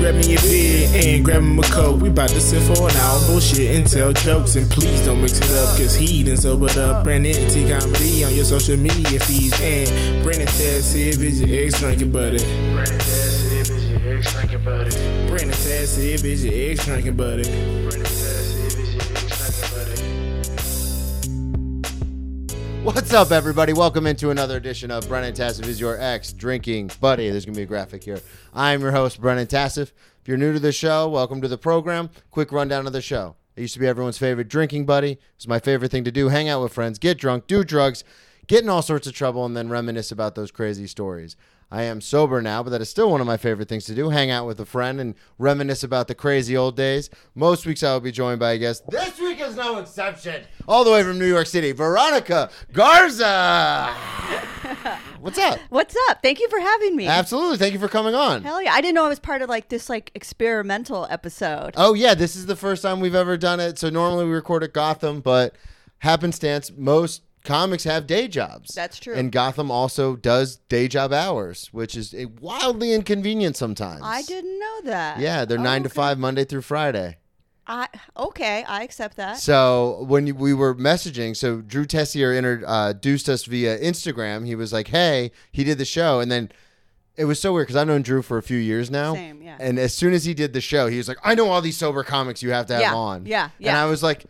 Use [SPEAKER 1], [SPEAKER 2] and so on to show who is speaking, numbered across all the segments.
[SPEAKER 1] Grab me a beer and grab him a coat. We about to sit for an hour, bullshit and tell jokes. And please don't mix it up, cause he done sobered up. Brandon T Comedy on your social media feeds. And Brandon Taz Siv is your ex drinking buddy.
[SPEAKER 2] Brandon Tassiv is your ex drinking buddy.
[SPEAKER 1] Brandon Taz Siv is your ex drinking buddy.
[SPEAKER 2] Brandon Tassiv is your ex drinking
[SPEAKER 3] What's up, everybody? Welcome into another edition of Brennan Tassif is your ex drinking buddy. There's gonna be a graphic here. I'm your host, Brennan Tassif. If you're new to the show, welcome to the program. Quick rundown of the show. I used to be everyone's favorite drinking buddy. It's my favorite thing to do: hang out with friends, get drunk, do drugs, get in all sorts of trouble, and then reminisce about those crazy stories. I am sober now, but that is still one of my favorite things to do: hang out with a friend and reminisce about the crazy old days. Most weeks I will be joined by a guest. This week is no exception. All the way from New York City, Veronica Garza. What's up?
[SPEAKER 4] What's up? Thank you for having me.
[SPEAKER 3] Absolutely. Thank you for coming on.
[SPEAKER 4] Hell yeah! I didn't know I was part of like this like experimental episode.
[SPEAKER 3] Oh yeah, this is the first time we've ever done it. So normally we record at Gotham, but happenstance, most comics have day jobs.
[SPEAKER 4] That's true.
[SPEAKER 3] And Gotham also does day job hours, which is eh, wildly inconvenient sometimes.
[SPEAKER 4] I didn't know that.
[SPEAKER 3] Yeah, they're
[SPEAKER 4] Oh,
[SPEAKER 3] nine to
[SPEAKER 4] okay.
[SPEAKER 3] five Monday through Friday.
[SPEAKER 4] I okay, I accept that.
[SPEAKER 3] So when you- we were messaging, so Drew Tessier introduced us via Instagram. He was like, "Hey, he did the show," and then it was so weird because I've known Drew for a few years now.
[SPEAKER 4] Same, yeah.
[SPEAKER 3] And as soon as he did the show, he was like, "I know all these sober comics you have to have
[SPEAKER 4] Yeah,
[SPEAKER 3] on."
[SPEAKER 4] yeah,
[SPEAKER 3] And
[SPEAKER 4] yeah.
[SPEAKER 3] I was like,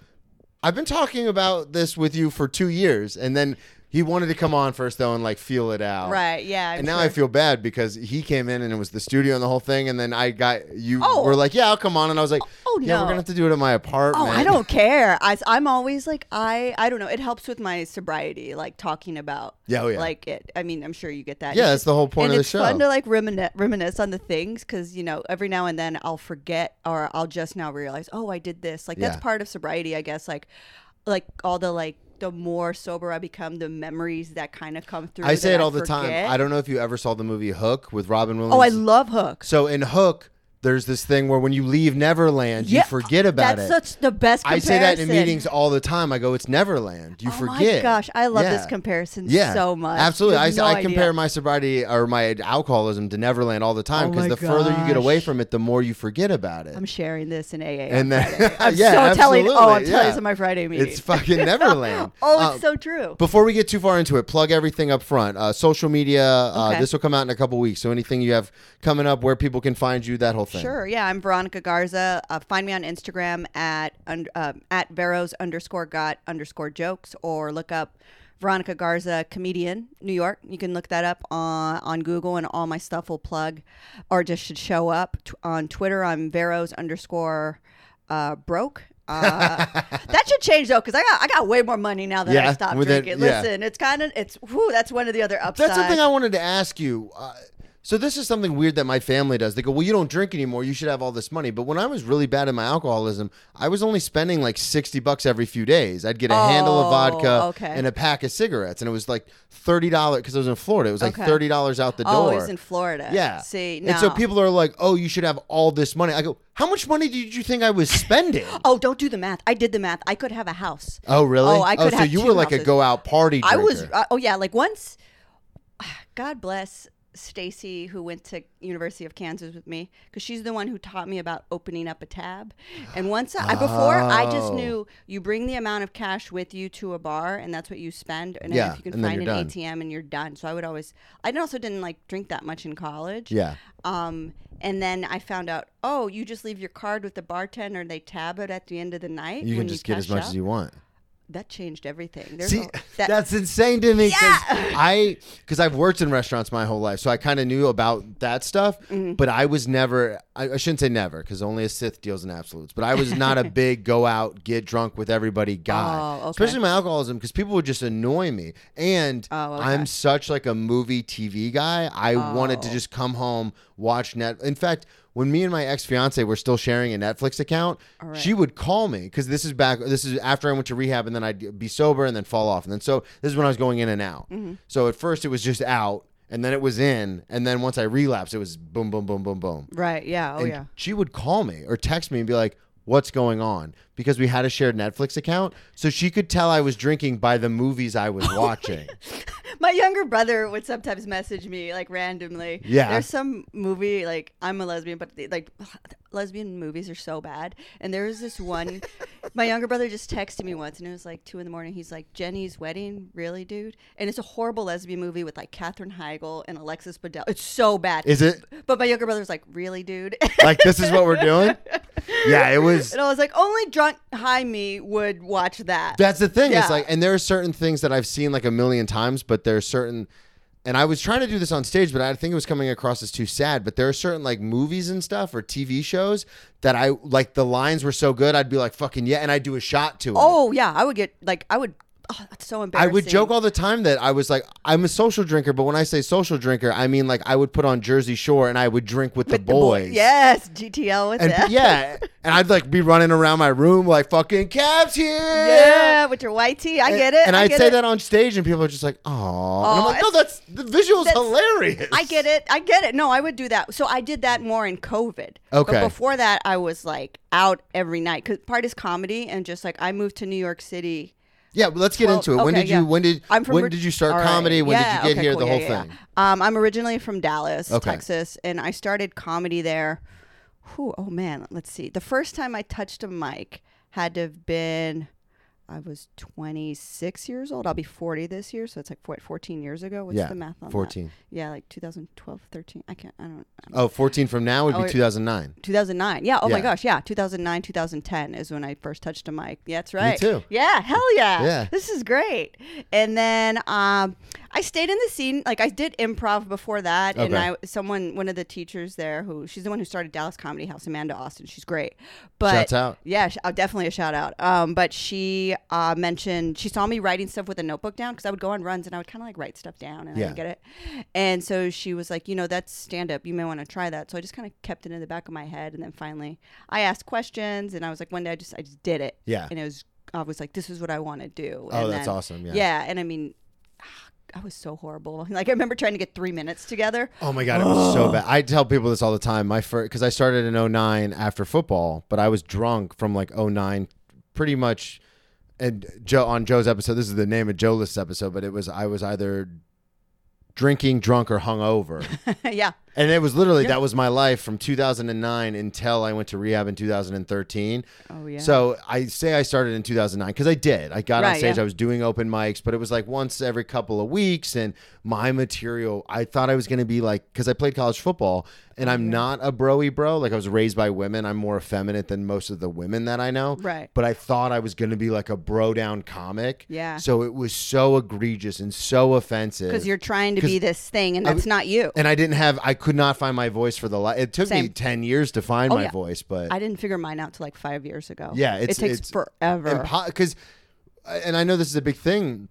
[SPEAKER 3] "I've been talking about this with you for two years," and then he wanted to come on first though and like feel it out.
[SPEAKER 4] Right? Yeah. I'm
[SPEAKER 3] and now
[SPEAKER 4] sure.
[SPEAKER 3] I feel bad because he came in and it was the studio and the whole thing, and then I got you
[SPEAKER 4] Oh.
[SPEAKER 3] were like, "Yeah, I'll come on," and I was like,
[SPEAKER 4] Oh,
[SPEAKER 3] yeah,
[SPEAKER 4] no.
[SPEAKER 3] we're gonna have to do it at my apartment."
[SPEAKER 4] Oh, I don't care. I, I'm always like I I don't know. It helps with my sobriety, like talking about.
[SPEAKER 3] Yeah, oh, yeah.
[SPEAKER 4] Like it. I mean, I'm sure you get that.
[SPEAKER 3] Yeah,
[SPEAKER 4] It's
[SPEAKER 3] that's the whole point
[SPEAKER 4] and
[SPEAKER 3] of the
[SPEAKER 4] it's
[SPEAKER 3] show.
[SPEAKER 4] fun to like reminisce, reminisce on the things because you know every now and then I'll forget or I'll just now realize oh I did this. Like
[SPEAKER 3] Yeah.
[SPEAKER 4] that's part of sobriety, I guess. Like, like all the like the more sober I become, the memories that kind of come through.
[SPEAKER 3] I say
[SPEAKER 4] that
[SPEAKER 3] it all the
[SPEAKER 4] forget.
[SPEAKER 3] time. I don't know if you ever saw the movie Hook with Robin Williams.
[SPEAKER 4] Oh, I love hooks.
[SPEAKER 3] So in Hook, there's this thing where when you leave Neverland, you forget about
[SPEAKER 4] that's
[SPEAKER 3] it.
[SPEAKER 4] such the best.
[SPEAKER 3] I
[SPEAKER 4] Comparison.
[SPEAKER 3] say that in meetings all the time. I go, "It's Neverland." You
[SPEAKER 4] oh
[SPEAKER 3] forget.
[SPEAKER 4] my gosh, I love
[SPEAKER 3] Yeah.
[SPEAKER 4] this comparison
[SPEAKER 3] Yeah,
[SPEAKER 4] so much.
[SPEAKER 3] Absolutely,
[SPEAKER 4] You
[SPEAKER 3] I,
[SPEAKER 4] have no
[SPEAKER 3] I compare
[SPEAKER 4] idea.
[SPEAKER 3] my sobriety or my alcoholism to Neverland all the time
[SPEAKER 4] Oh
[SPEAKER 3] because
[SPEAKER 4] my
[SPEAKER 3] the further you get away
[SPEAKER 4] gosh.
[SPEAKER 3] from it, the more you forget about it.
[SPEAKER 4] I'm sharing this in AA.
[SPEAKER 3] and then
[SPEAKER 4] I'm
[SPEAKER 3] yeah,
[SPEAKER 4] so telling. Oh,
[SPEAKER 3] absolutely,
[SPEAKER 4] I'm telling
[SPEAKER 3] yeah.
[SPEAKER 4] this in my Friday meeting.
[SPEAKER 3] It's fucking Neverland.
[SPEAKER 4] oh, it's
[SPEAKER 3] Uh,
[SPEAKER 4] so true.
[SPEAKER 3] Before we get too far into it, plug everything up front. Uh, social media. Uh,
[SPEAKER 4] Okay.
[SPEAKER 3] This will come out in a couple weeks. So anything you have coming up, where people can find you, that whole thing.
[SPEAKER 4] Sure. Yeah, I'm Veronica Garza. Uh, find me on Instagram at un- um, at Veros underscore got underscore jokes or look up Veronica Garza comedian New York. You can look that up on on Google and all my stuff will plug or just should show up t- on Twitter. I'm Veros underscore uh, broke. Uh, that should change though, because I got I got way more money now that
[SPEAKER 3] Yeah,
[SPEAKER 4] I stopped
[SPEAKER 3] with it-
[SPEAKER 4] drinking.
[SPEAKER 3] yeah.
[SPEAKER 4] Listen, it's kind of it's whoo. That's one of the other upsides.
[SPEAKER 3] That's something I wanted to ask you. Uh, so this is something weird that my family does. They go, "Well, you don't drink anymore. You should have all this money." But when I was really bad in my alcoholism, I was only spending like sixty bucks every few days. I'd get a handle of
[SPEAKER 4] Oh,
[SPEAKER 3] vodka
[SPEAKER 4] okay.
[SPEAKER 3] and a pack of cigarettes, and it was like thirty dollars because I was in Florida. It was like
[SPEAKER 4] Okay.
[SPEAKER 3] thirty dollars out the
[SPEAKER 4] oh,
[SPEAKER 3] door.
[SPEAKER 4] it was in Florida.
[SPEAKER 3] Yeah.
[SPEAKER 4] See,
[SPEAKER 3] And so
[SPEAKER 4] no.
[SPEAKER 3] people are like, "Oh, you should have all this money." I go, "How much money did you think I was spending?"
[SPEAKER 4] Oh, don't do the math. I did the math. I could have a house.
[SPEAKER 3] oh, really?
[SPEAKER 4] Oh, I could
[SPEAKER 3] so
[SPEAKER 4] have
[SPEAKER 3] you
[SPEAKER 4] two
[SPEAKER 3] were like a
[SPEAKER 4] houses.
[SPEAKER 3] go out party.
[SPEAKER 4] I was.
[SPEAKER 3] drinker.
[SPEAKER 4] Uh, oh yeah, like once. God bless Stacy, who went to University of Kansas with me, because she's the one who taught me about opening up a tab. And once I, before, I just
[SPEAKER 3] Oh.
[SPEAKER 4] knew you bring the amount of cash with you to a bar, and that's what you spend. And
[SPEAKER 3] Yeah,
[SPEAKER 4] then if you can
[SPEAKER 3] and then
[SPEAKER 4] find an
[SPEAKER 3] you're done.
[SPEAKER 4] ATM, and you're done. So I would always. I also didn't like drink that much in college.
[SPEAKER 3] Yeah.
[SPEAKER 4] Um, and then I found out, oh, you just leave your card with the bartender, and they tab it at the end of the night.
[SPEAKER 3] You
[SPEAKER 4] when
[SPEAKER 3] can just get as
[SPEAKER 4] cash
[SPEAKER 3] much
[SPEAKER 4] out.
[SPEAKER 3] as you want.
[SPEAKER 4] That changed everything. There's
[SPEAKER 3] See,
[SPEAKER 4] a- that-
[SPEAKER 3] that's insane to me. 'cause
[SPEAKER 4] Yeah.
[SPEAKER 3] I because I've worked in restaurants my whole life, so I kind of knew about that stuff.
[SPEAKER 4] Mm-hmm.
[SPEAKER 3] But I was never. I, I shouldn't say never because only a Sith deals in absolutes. But I was not a big go out, get drunk with everybody guy.
[SPEAKER 4] Oh, okay.
[SPEAKER 3] Especially my alcoholism because people would just annoy me, and
[SPEAKER 4] Oh, okay.
[SPEAKER 3] I'm
[SPEAKER 4] Oh.
[SPEAKER 3] such like a movie TV guy. I wanted to just come home, watch net. In fact. when me and my ex fiance were still sharing a Netflix account,
[SPEAKER 4] All right.
[SPEAKER 3] she would call me because this is back. This is after I went to rehab, and then I'd be sober, and then fall off, and then so this is when I was going in and out.
[SPEAKER 4] Mm-hmm.
[SPEAKER 3] So at first it was just out, and then it was in, and then once I relapsed, it was boom, boom, boom, boom, boom.
[SPEAKER 4] Right. Yeah. Oh
[SPEAKER 3] And
[SPEAKER 4] yeah.
[SPEAKER 3] She would call me or text me and be like, "What's going on?" Because we had a shared Netflix account, so she could tell I was drinking by the movies I
[SPEAKER 4] Oh,
[SPEAKER 3] was watching.
[SPEAKER 4] My younger brother would sometimes message me like randomly.
[SPEAKER 3] Yeah.
[SPEAKER 4] There's some movie like I'm a lesbian, but they, like lesbian movies are so bad. And there was this one. my younger brother just texted me once, and it was like two in the morning. He's like, "Jenny's wedding, really, dude?" And it's a horrible lesbian movie with like Katherine Heigl and Alexis Bledel. It's so bad.
[SPEAKER 3] Is it
[SPEAKER 4] But my younger brother's like, "Really, dude?"
[SPEAKER 3] like this is what we're doing? Yeah, it was.
[SPEAKER 4] and I was like, "Only drunk high me would watch that."
[SPEAKER 3] That's the thing. It's
[SPEAKER 4] Yeah.
[SPEAKER 3] like, and there are certain things that I've seen like a million times, but there are certain, and I was trying to do this on stage, but I think it was coming across as too sad. But there are certain like movies and stuff or TV shows that I like. The lines were so good, I'd be like, "Fucking yeah!" and I would do a shot to it.
[SPEAKER 4] oh yeah, I would get like I would. Oh, that's so
[SPEAKER 3] I
[SPEAKER 4] embarrassing.
[SPEAKER 3] would joke all the time that I was like, I'm a social drinker, but when I say social drinker, I mean like I would put on Jersey Shore and I would drink with, the,
[SPEAKER 4] the
[SPEAKER 3] boys.
[SPEAKER 4] Yes, GTL with
[SPEAKER 3] And
[SPEAKER 4] that.
[SPEAKER 3] yeah. And I'd like be running around my room like fucking cabs here.
[SPEAKER 4] Yeah, with your white tee. I get it.
[SPEAKER 3] And
[SPEAKER 4] I
[SPEAKER 3] I'd
[SPEAKER 4] get
[SPEAKER 3] say
[SPEAKER 4] it.
[SPEAKER 3] that on stage and people are just like, oh. And I'm
[SPEAKER 4] Aw,
[SPEAKER 3] like, no, that's the visual's
[SPEAKER 4] that's-
[SPEAKER 3] hilarious.
[SPEAKER 4] I get it. I get it. No, I would do that. So I did that more in COVID.
[SPEAKER 3] Okay.
[SPEAKER 4] But before that, I was like out every night because part is comedy and just like I moved to New York City.
[SPEAKER 3] Yeah, but let's get
[SPEAKER 4] Well,
[SPEAKER 3] into it. When
[SPEAKER 4] okay,
[SPEAKER 3] did you
[SPEAKER 4] yeah.
[SPEAKER 3] when did
[SPEAKER 4] I'm from
[SPEAKER 3] when
[SPEAKER 4] Vir-
[SPEAKER 3] did you start
[SPEAKER 4] All right.
[SPEAKER 3] comedy? When
[SPEAKER 4] Yeah,
[SPEAKER 3] did you get
[SPEAKER 4] okay,
[SPEAKER 3] here?
[SPEAKER 4] cool.
[SPEAKER 3] the
[SPEAKER 4] Yeah,
[SPEAKER 3] whole
[SPEAKER 4] yeah, yeah.
[SPEAKER 3] thing.
[SPEAKER 4] Um, I'm originally from Dallas,
[SPEAKER 3] Okay.
[SPEAKER 4] Texas, and I started comedy there. Whew, oh man, let's see. The first time I touched a mic had to have been I was 26 years old. I'll be 40 this year, so it's like what, 14 years ago. What's
[SPEAKER 3] Yeah,
[SPEAKER 4] the math on that?
[SPEAKER 3] 14.
[SPEAKER 4] Yeah, like 2012, 13. I can't. I don't. I'm-
[SPEAKER 3] Oh, 14 from now would
[SPEAKER 4] Oh,
[SPEAKER 3] be
[SPEAKER 4] it-
[SPEAKER 3] 2009.
[SPEAKER 4] 2009. Yeah. Oh my
[SPEAKER 3] Yeah.
[SPEAKER 4] gosh. Yeah. 2009, 2010 is when I first touched a mic. Yeah, that's right.
[SPEAKER 3] too.
[SPEAKER 4] Yeah. Hell yeah.
[SPEAKER 3] Yeah.
[SPEAKER 4] This is great. And then um, I stayed in the scene. Like I did improv before that, and
[SPEAKER 3] Okay.
[SPEAKER 4] I someone one of the teachers there who she's the one who started Dallas Comedy House, Amanda Austin. She's great. But
[SPEAKER 3] Shouts out.
[SPEAKER 4] yeah, sh- uh, definitely a shout out. Um, but she uh, mentioned she saw me writing stuff with a notebook down because I would go on runs and I would kind of like write stuff down and I
[SPEAKER 3] Yeah.
[SPEAKER 4] would get it. And so she was like, you know, that's stand up. You may want to try that. So I just kind of kept it in the back of my head, and then finally I asked questions, and I was like, one day I just I just did it.
[SPEAKER 3] Yeah.
[SPEAKER 4] And it was I was like, this is what I want to do.
[SPEAKER 3] Oh,
[SPEAKER 4] and
[SPEAKER 3] that's
[SPEAKER 4] then-
[SPEAKER 3] awesome, yeah.
[SPEAKER 4] Yeah, and I mean. I was so horrible. Like I remember trying to get three minutes together.
[SPEAKER 3] Oh my god, it was so bad. I tell people this all the time. My first because I started in 09 after football, but I was drunk from like 09 pretty much and Joe on Joe's episode, this is the name of Joe List's episode, but it was I was either drinking, drunk or hungover.
[SPEAKER 4] yeah.
[SPEAKER 3] and it was literally that was my life from 2009 until I went to rehab in 2013.
[SPEAKER 4] Oh yeah.
[SPEAKER 3] So I say I started in 2009 because I did. I got on
[SPEAKER 4] Right,
[SPEAKER 3] stage.
[SPEAKER 4] yeah.
[SPEAKER 3] I was doing open mics, but it was like once every couple of weeks. And my material, I thought I was going to be like, because I played college football
[SPEAKER 4] Oh,
[SPEAKER 3] and I'm not a broy bro. Like I was raised by women. I'm more effeminate than most of the women that I know.
[SPEAKER 4] Right.
[SPEAKER 3] But I thought I was going to be like a bro down comic.
[SPEAKER 4] Yeah.
[SPEAKER 3] So it was so egregious and so offensive.
[SPEAKER 4] because you're trying to
[SPEAKER 3] 'cause
[SPEAKER 4] be this thing, and
[SPEAKER 3] I
[SPEAKER 4] that's
[SPEAKER 3] w-
[SPEAKER 4] not you.
[SPEAKER 3] And I didn't have, I could not find my voice for the life. It took me
[SPEAKER 4] Same.
[SPEAKER 3] 10 years to find
[SPEAKER 4] Oh,
[SPEAKER 3] my
[SPEAKER 4] yeah.
[SPEAKER 3] voice, but.
[SPEAKER 4] I didn't figure mine out till like five years ago.
[SPEAKER 3] Yeah, it's-
[SPEAKER 4] it takes
[SPEAKER 3] it's
[SPEAKER 4] forever.
[SPEAKER 3] because uh, and I know this is a big thing,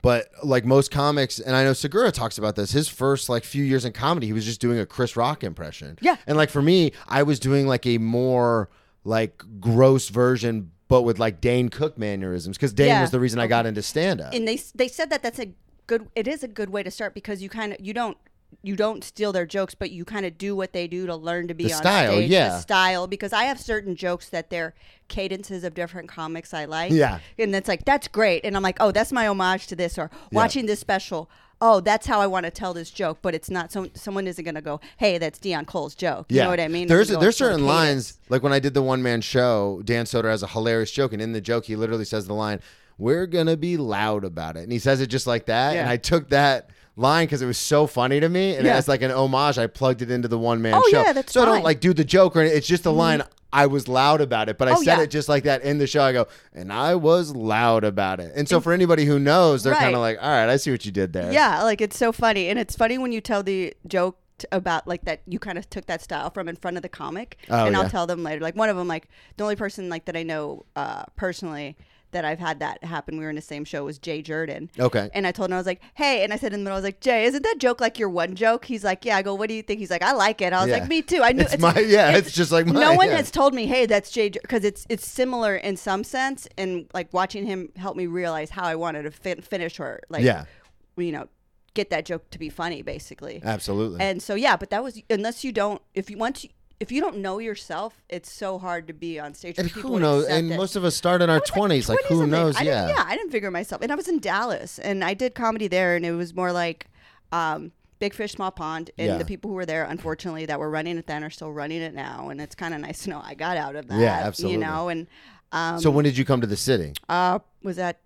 [SPEAKER 3] but like most comics, and I know Segura talks about this. His first like few years in comedy, he was just doing a Chris Rock impression.
[SPEAKER 4] Yeah.
[SPEAKER 3] and like for me, I was doing like a more like gross version. But with like Dane Cook mannerisms, because Dane
[SPEAKER 4] Yeah.
[SPEAKER 3] was the reason I got into stand up.
[SPEAKER 4] and they s- they said that that's a good. It is a good way to start because you kind of you don't you don't steal their jokes, but you kind of do what they do to learn to be
[SPEAKER 3] The
[SPEAKER 4] on
[SPEAKER 3] style,
[SPEAKER 4] stage.
[SPEAKER 3] yeah.
[SPEAKER 4] The style, because I have certain jokes that they're cadences of different comics I like.
[SPEAKER 3] Yeah.
[SPEAKER 4] and it's like that's great, and I'm like, oh, that's my homage to this, or watching this special. Oh, that's how I want to tell this joke, but it's not. So someone isn't gonna go, "Hey, that's Dion Cole's joke." You know what I mean?
[SPEAKER 3] There's
[SPEAKER 4] It's a-
[SPEAKER 3] there's
[SPEAKER 4] it's a
[SPEAKER 3] certain
[SPEAKER 4] cadence.
[SPEAKER 3] lines like when I did the one man show, Dan Soder has a hilarious joke, and in the joke he literally says the line, "We're gonna be loud about it," and he says it just like that. And
[SPEAKER 4] Yeah.
[SPEAKER 3] I took that line because it was so funny to me, and
[SPEAKER 4] Yeah.
[SPEAKER 3] as like an homage, I plugged it into the one man
[SPEAKER 4] Oh,
[SPEAKER 3] show.
[SPEAKER 4] yeah, that's
[SPEAKER 3] so I don't
[SPEAKER 4] fine. Mm-hmm.
[SPEAKER 3] like do the joke or any- it's just the line. I was loud about it, but I
[SPEAKER 4] Oh,
[SPEAKER 3] said
[SPEAKER 4] yeah.
[SPEAKER 3] it just like that in the show. I go, and I was loud about it. And so for anybody who knows, they're
[SPEAKER 4] Right.
[SPEAKER 3] kind of like, all right, I see what you did there.
[SPEAKER 4] Yeah, like it's so funny, and it's funny when you tell the joke t- about like that you kind of took that style from in front of the comic,
[SPEAKER 3] Oh,
[SPEAKER 4] and
[SPEAKER 3] yeah.
[SPEAKER 4] I'll tell them later. Like one of them, like the only person like that I know uh, personally that I've had that happen. We were in the same show as Jay Jordan.
[SPEAKER 3] Okay.
[SPEAKER 4] And I told him I was like, "Hey," and I said in the middle, I was like, "Jay, isn't that joke like your one joke?" He's like, "Yeah." I go, "What do you think?" He's like, "I like it." I was
[SPEAKER 3] Yeah.
[SPEAKER 4] like, "Me too." I knew
[SPEAKER 3] It's my- yeah, it's just like
[SPEAKER 4] No
[SPEAKER 3] mine,
[SPEAKER 4] one
[SPEAKER 3] yeah.
[SPEAKER 4] has told me, "Hey, that's Jay," because it's it's similar in some sense, and like watching him helped me realize how I wanted to fin- finish her. Like,
[SPEAKER 3] Yeah.
[SPEAKER 4] you know, get that joke to be funny, basically.
[SPEAKER 3] Absolutely.
[SPEAKER 4] And so yeah, but that was unless you don't if you once you, if you don't know yourself, it's so hard to be on stage.
[SPEAKER 3] and
[SPEAKER 4] with people
[SPEAKER 3] who knows?
[SPEAKER 4] accept
[SPEAKER 3] And
[SPEAKER 4] it.
[SPEAKER 3] most of us start in our
[SPEAKER 4] I was,
[SPEAKER 3] twenties. Like,
[SPEAKER 4] 20
[SPEAKER 3] who
[SPEAKER 4] something.
[SPEAKER 3] knows?
[SPEAKER 4] I didn't-
[SPEAKER 3] yeah.
[SPEAKER 4] yeah, I didn't figure myself. And I was in Dallas, and I did comedy there, and it was more like um, big fish, small pond. And
[SPEAKER 3] Yeah.
[SPEAKER 4] the people who were there, unfortunately, that were running it then are still running it now, and it's kind of nice to know I got out of that.
[SPEAKER 3] Yeah, absolutely.
[SPEAKER 4] You know, and um,
[SPEAKER 3] So when did you come to the city?
[SPEAKER 4] uh, was that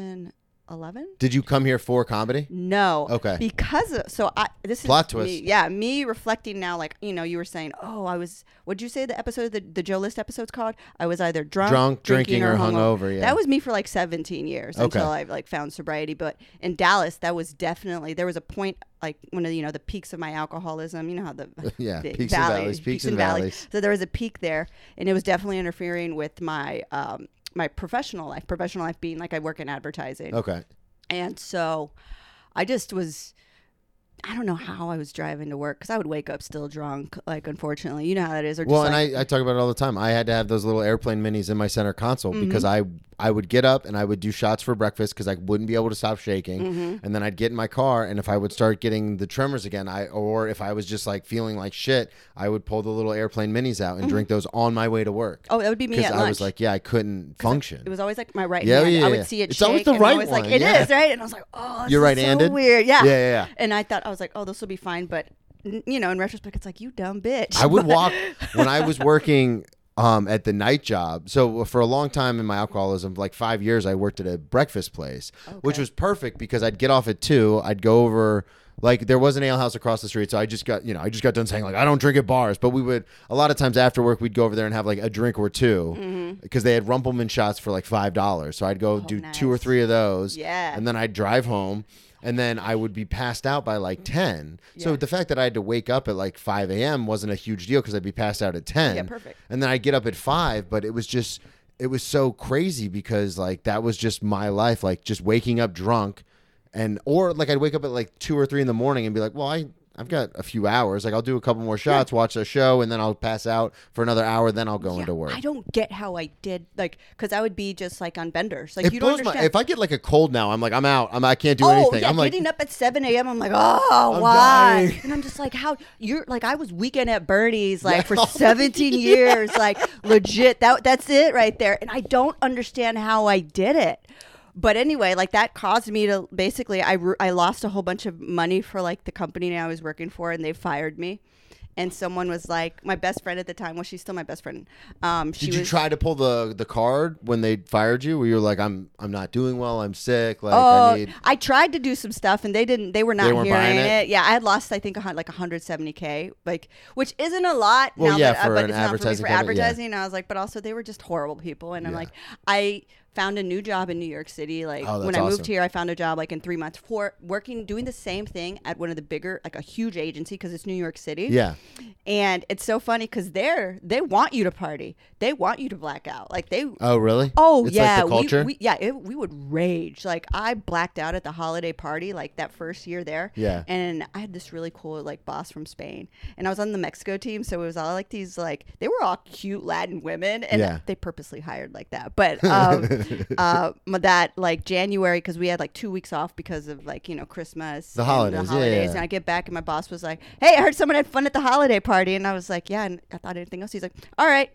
[SPEAKER 4] 2011?
[SPEAKER 3] Did you come here for comedy?
[SPEAKER 4] No.
[SPEAKER 3] Okay.
[SPEAKER 4] Because of, so I this
[SPEAKER 3] Plot
[SPEAKER 4] is me-
[SPEAKER 3] twist.
[SPEAKER 4] yeah, me reflecting now, like you know, you were saying, oh, I was. What'd you say the episode the the Joe List episode's called? I was either drunk,
[SPEAKER 3] Drunk, drinking, or hungover, yeah.
[SPEAKER 4] That was me for like 17 years
[SPEAKER 3] Okay.
[SPEAKER 4] until I like found sobriety. But in Dallas, that was definitely there was a point like one of you know the peaks of my alcoholism. You know how the
[SPEAKER 3] Yeah,
[SPEAKER 4] the
[SPEAKER 3] peaks and valleys, peaks and valleys.
[SPEAKER 4] So there was a peak there, and it was definitely interfering with my um my professional life. Professional life being like I work in advertising.
[SPEAKER 3] Okay.
[SPEAKER 4] And so I just was I don't know how I was driving to work because I would wake up still drunk, like unfortunately. You know how that is. Or just
[SPEAKER 3] Well,
[SPEAKER 4] like,
[SPEAKER 3] and I, I talk about it all the time. I had to have those little airplane minis in my center console
[SPEAKER 4] Mm-hmm.
[SPEAKER 3] because I I would get up and I would do shots for breakfast because I wouldn't be able to stop shaking,
[SPEAKER 4] Mm-hmm.
[SPEAKER 3] and then I'd get in my car and if I would start getting the tremors again, I or if I was just like feeling like shit, I would pull the little airplane minis out and drink those on my way to work.
[SPEAKER 4] Mm-hmm. Oh, that would be me
[SPEAKER 3] because
[SPEAKER 4] at
[SPEAKER 3] I was
[SPEAKER 4] lunch.
[SPEAKER 3] like, yeah, I couldn't function.
[SPEAKER 4] it was always like my right
[SPEAKER 3] Yeah,
[SPEAKER 4] hand.
[SPEAKER 3] yeah,
[SPEAKER 4] I
[SPEAKER 3] yeah.
[SPEAKER 4] would see it.
[SPEAKER 3] It's
[SPEAKER 4] shake,
[SPEAKER 3] always the
[SPEAKER 4] and I
[SPEAKER 3] right
[SPEAKER 4] was
[SPEAKER 3] one,
[SPEAKER 4] Like it is
[SPEAKER 3] yeah.
[SPEAKER 4] right, and I was like, oh, this
[SPEAKER 3] You're
[SPEAKER 4] is so
[SPEAKER 3] right-handed?
[SPEAKER 4] weird, yeah.
[SPEAKER 3] Yeah, yeah, yeah.
[SPEAKER 4] And I thought I was like, oh, this will be fine, but n- you know, in retrospect, it's like you dumb bitch.
[SPEAKER 3] I would walk when I was working um, at the night job. So uh, for a long time in my alcoholism, like five years, I worked at a breakfast place, which was perfect because I'd get off at two. I'd go over. Like there was an ale house across the street, so I just got you know I just got done saying like I don't drink at bars, but we would a lot of times after work we'd go over there and have like a drink or two
[SPEAKER 4] Mm-hmm.
[SPEAKER 3] because they had Rumpelman shots for like five dollars, so I'd go do two or
[SPEAKER 4] Oh, nice.
[SPEAKER 3] three of those,
[SPEAKER 4] Yeah.
[SPEAKER 3] and then I'd drive home, and then I would be passed out by like ten. So the fact that I had to wake up at like five a.m. wasn't a huge deal because I'd be passed out at ten.
[SPEAKER 4] Yeah, perfect.
[SPEAKER 3] And then I get up at five, but it was just it was so crazy because like that was just my life, like just waking up drunk, and or like I'd wake up at like two or three in the morning and be like, well, I. I've got a few hours. Like I'll do a couple more shots, watch a show, and then I'll pass out for another hour. Then I'll go into
[SPEAKER 4] Yeah,
[SPEAKER 3] work.
[SPEAKER 4] I don't get how I did like because I would be just like on benders. Like
[SPEAKER 3] It
[SPEAKER 4] you don't
[SPEAKER 3] blows
[SPEAKER 4] understand.
[SPEAKER 3] my. If I get like a cold now, I'm like I'm out. I'm I can't do
[SPEAKER 4] oh,
[SPEAKER 3] anything.
[SPEAKER 4] Yeah,
[SPEAKER 3] I'm like
[SPEAKER 4] getting up at 7 a.m. I'm like, oh,
[SPEAKER 3] I'm
[SPEAKER 4] why?
[SPEAKER 3] dying.
[SPEAKER 4] And I'm just like, how you're like, I was weekend at Bernie's like for
[SPEAKER 3] Yeah.
[SPEAKER 4] 17 years, like legit. That that's it right there. And I don't understand how I did it. But anyway, like that caused me to basically, I ru- I lost a whole bunch of money for like the company I was working for, and they fired me. And someone was like, my best friend at the time. Well, she's still my best friend. Um, she
[SPEAKER 3] Did you
[SPEAKER 4] was,
[SPEAKER 3] try to pull the the card when they fired you? Where you're like, I'm I'm not doing well. I'm sick. Like
[SPEAKER 4] Oh,
[SPEAKER 3] I need.
[SPEAKER 4] I tried to do some stuff and they didn't. They were not
[SPEAKER 3] weren't buying
[SPEAKER 4] hearing
[SPEAKER 3] it?
[SPEAKER 4] it? Yeah, I had lost. I think a hun- like 170k, like which isn't a lot.
[SPEAKER 3] Well,
[SPEAKER 4] now
[SPEAKER 3] yeah,
[SPEAKER 4] that, uh,
[SPEAKER 3] for
[SPEAKER 4] but
[SPEAKER 3] an
[SPEAKER 4] it's not for me
[SPEAKER 3] advertising company,
[SPEAKER 4] for
[SPEAKER 3] yeah.
[SPEAKER 4] advertising. And I was like, but also they were just horrible people. And I'm
[SPEAKER 3] Yeah.
[SPEAKER 4] like, I found a new job in New York City. Like
[SPEAKER 3] Oh, that's
[SPEAKER 4] when I
[SPEAKER 3] awesome.
[SPEAKER 4] moved here, I found a job like in three months for working doing the same thing at one of the bigger, like a huge agency because it's New York City.
[SPEAKER 3] Yeah.
[SPEAKER 4] and it's so funny because they're they want you to party, they want you to black out, like they
[SPEAKER 3] Oh really?
[SPEAKER 4] Oh
[SPEAKER 3] it's
[SPEAKER 4] yeah,
[SPEAKER 3] Like the
[SPEAKER 4] we-
[SPEAKER 3] culture.
[SPEAKER 4] We, yeah, it, we would rage. Like I blacked out at the holiday party, like that first year there.
[SPEAKER 3] Yeah.
[SPEAKER 4] and I had this really cool like boss from Spain, and I was on the Mexico team, so it was all like these like they were all cute Latin women, and
[SPEAKER 3] Yeah.
[SPEAKER 4] they purposely hired like that. But um, uh, m- that like January because we had like two weeks off because of like you know Christmas,
[SPEAKER 3] The
[SPEAKER 4] and
[SPEAKER 3] holidays, yeah, yeah, yeah.
[SPEAKER 4] and I get back and my boss was like, "Hey, I heard someone had fun at the holiday party," and I was like, "Yeah," and I thought anything else. He's like, "All right."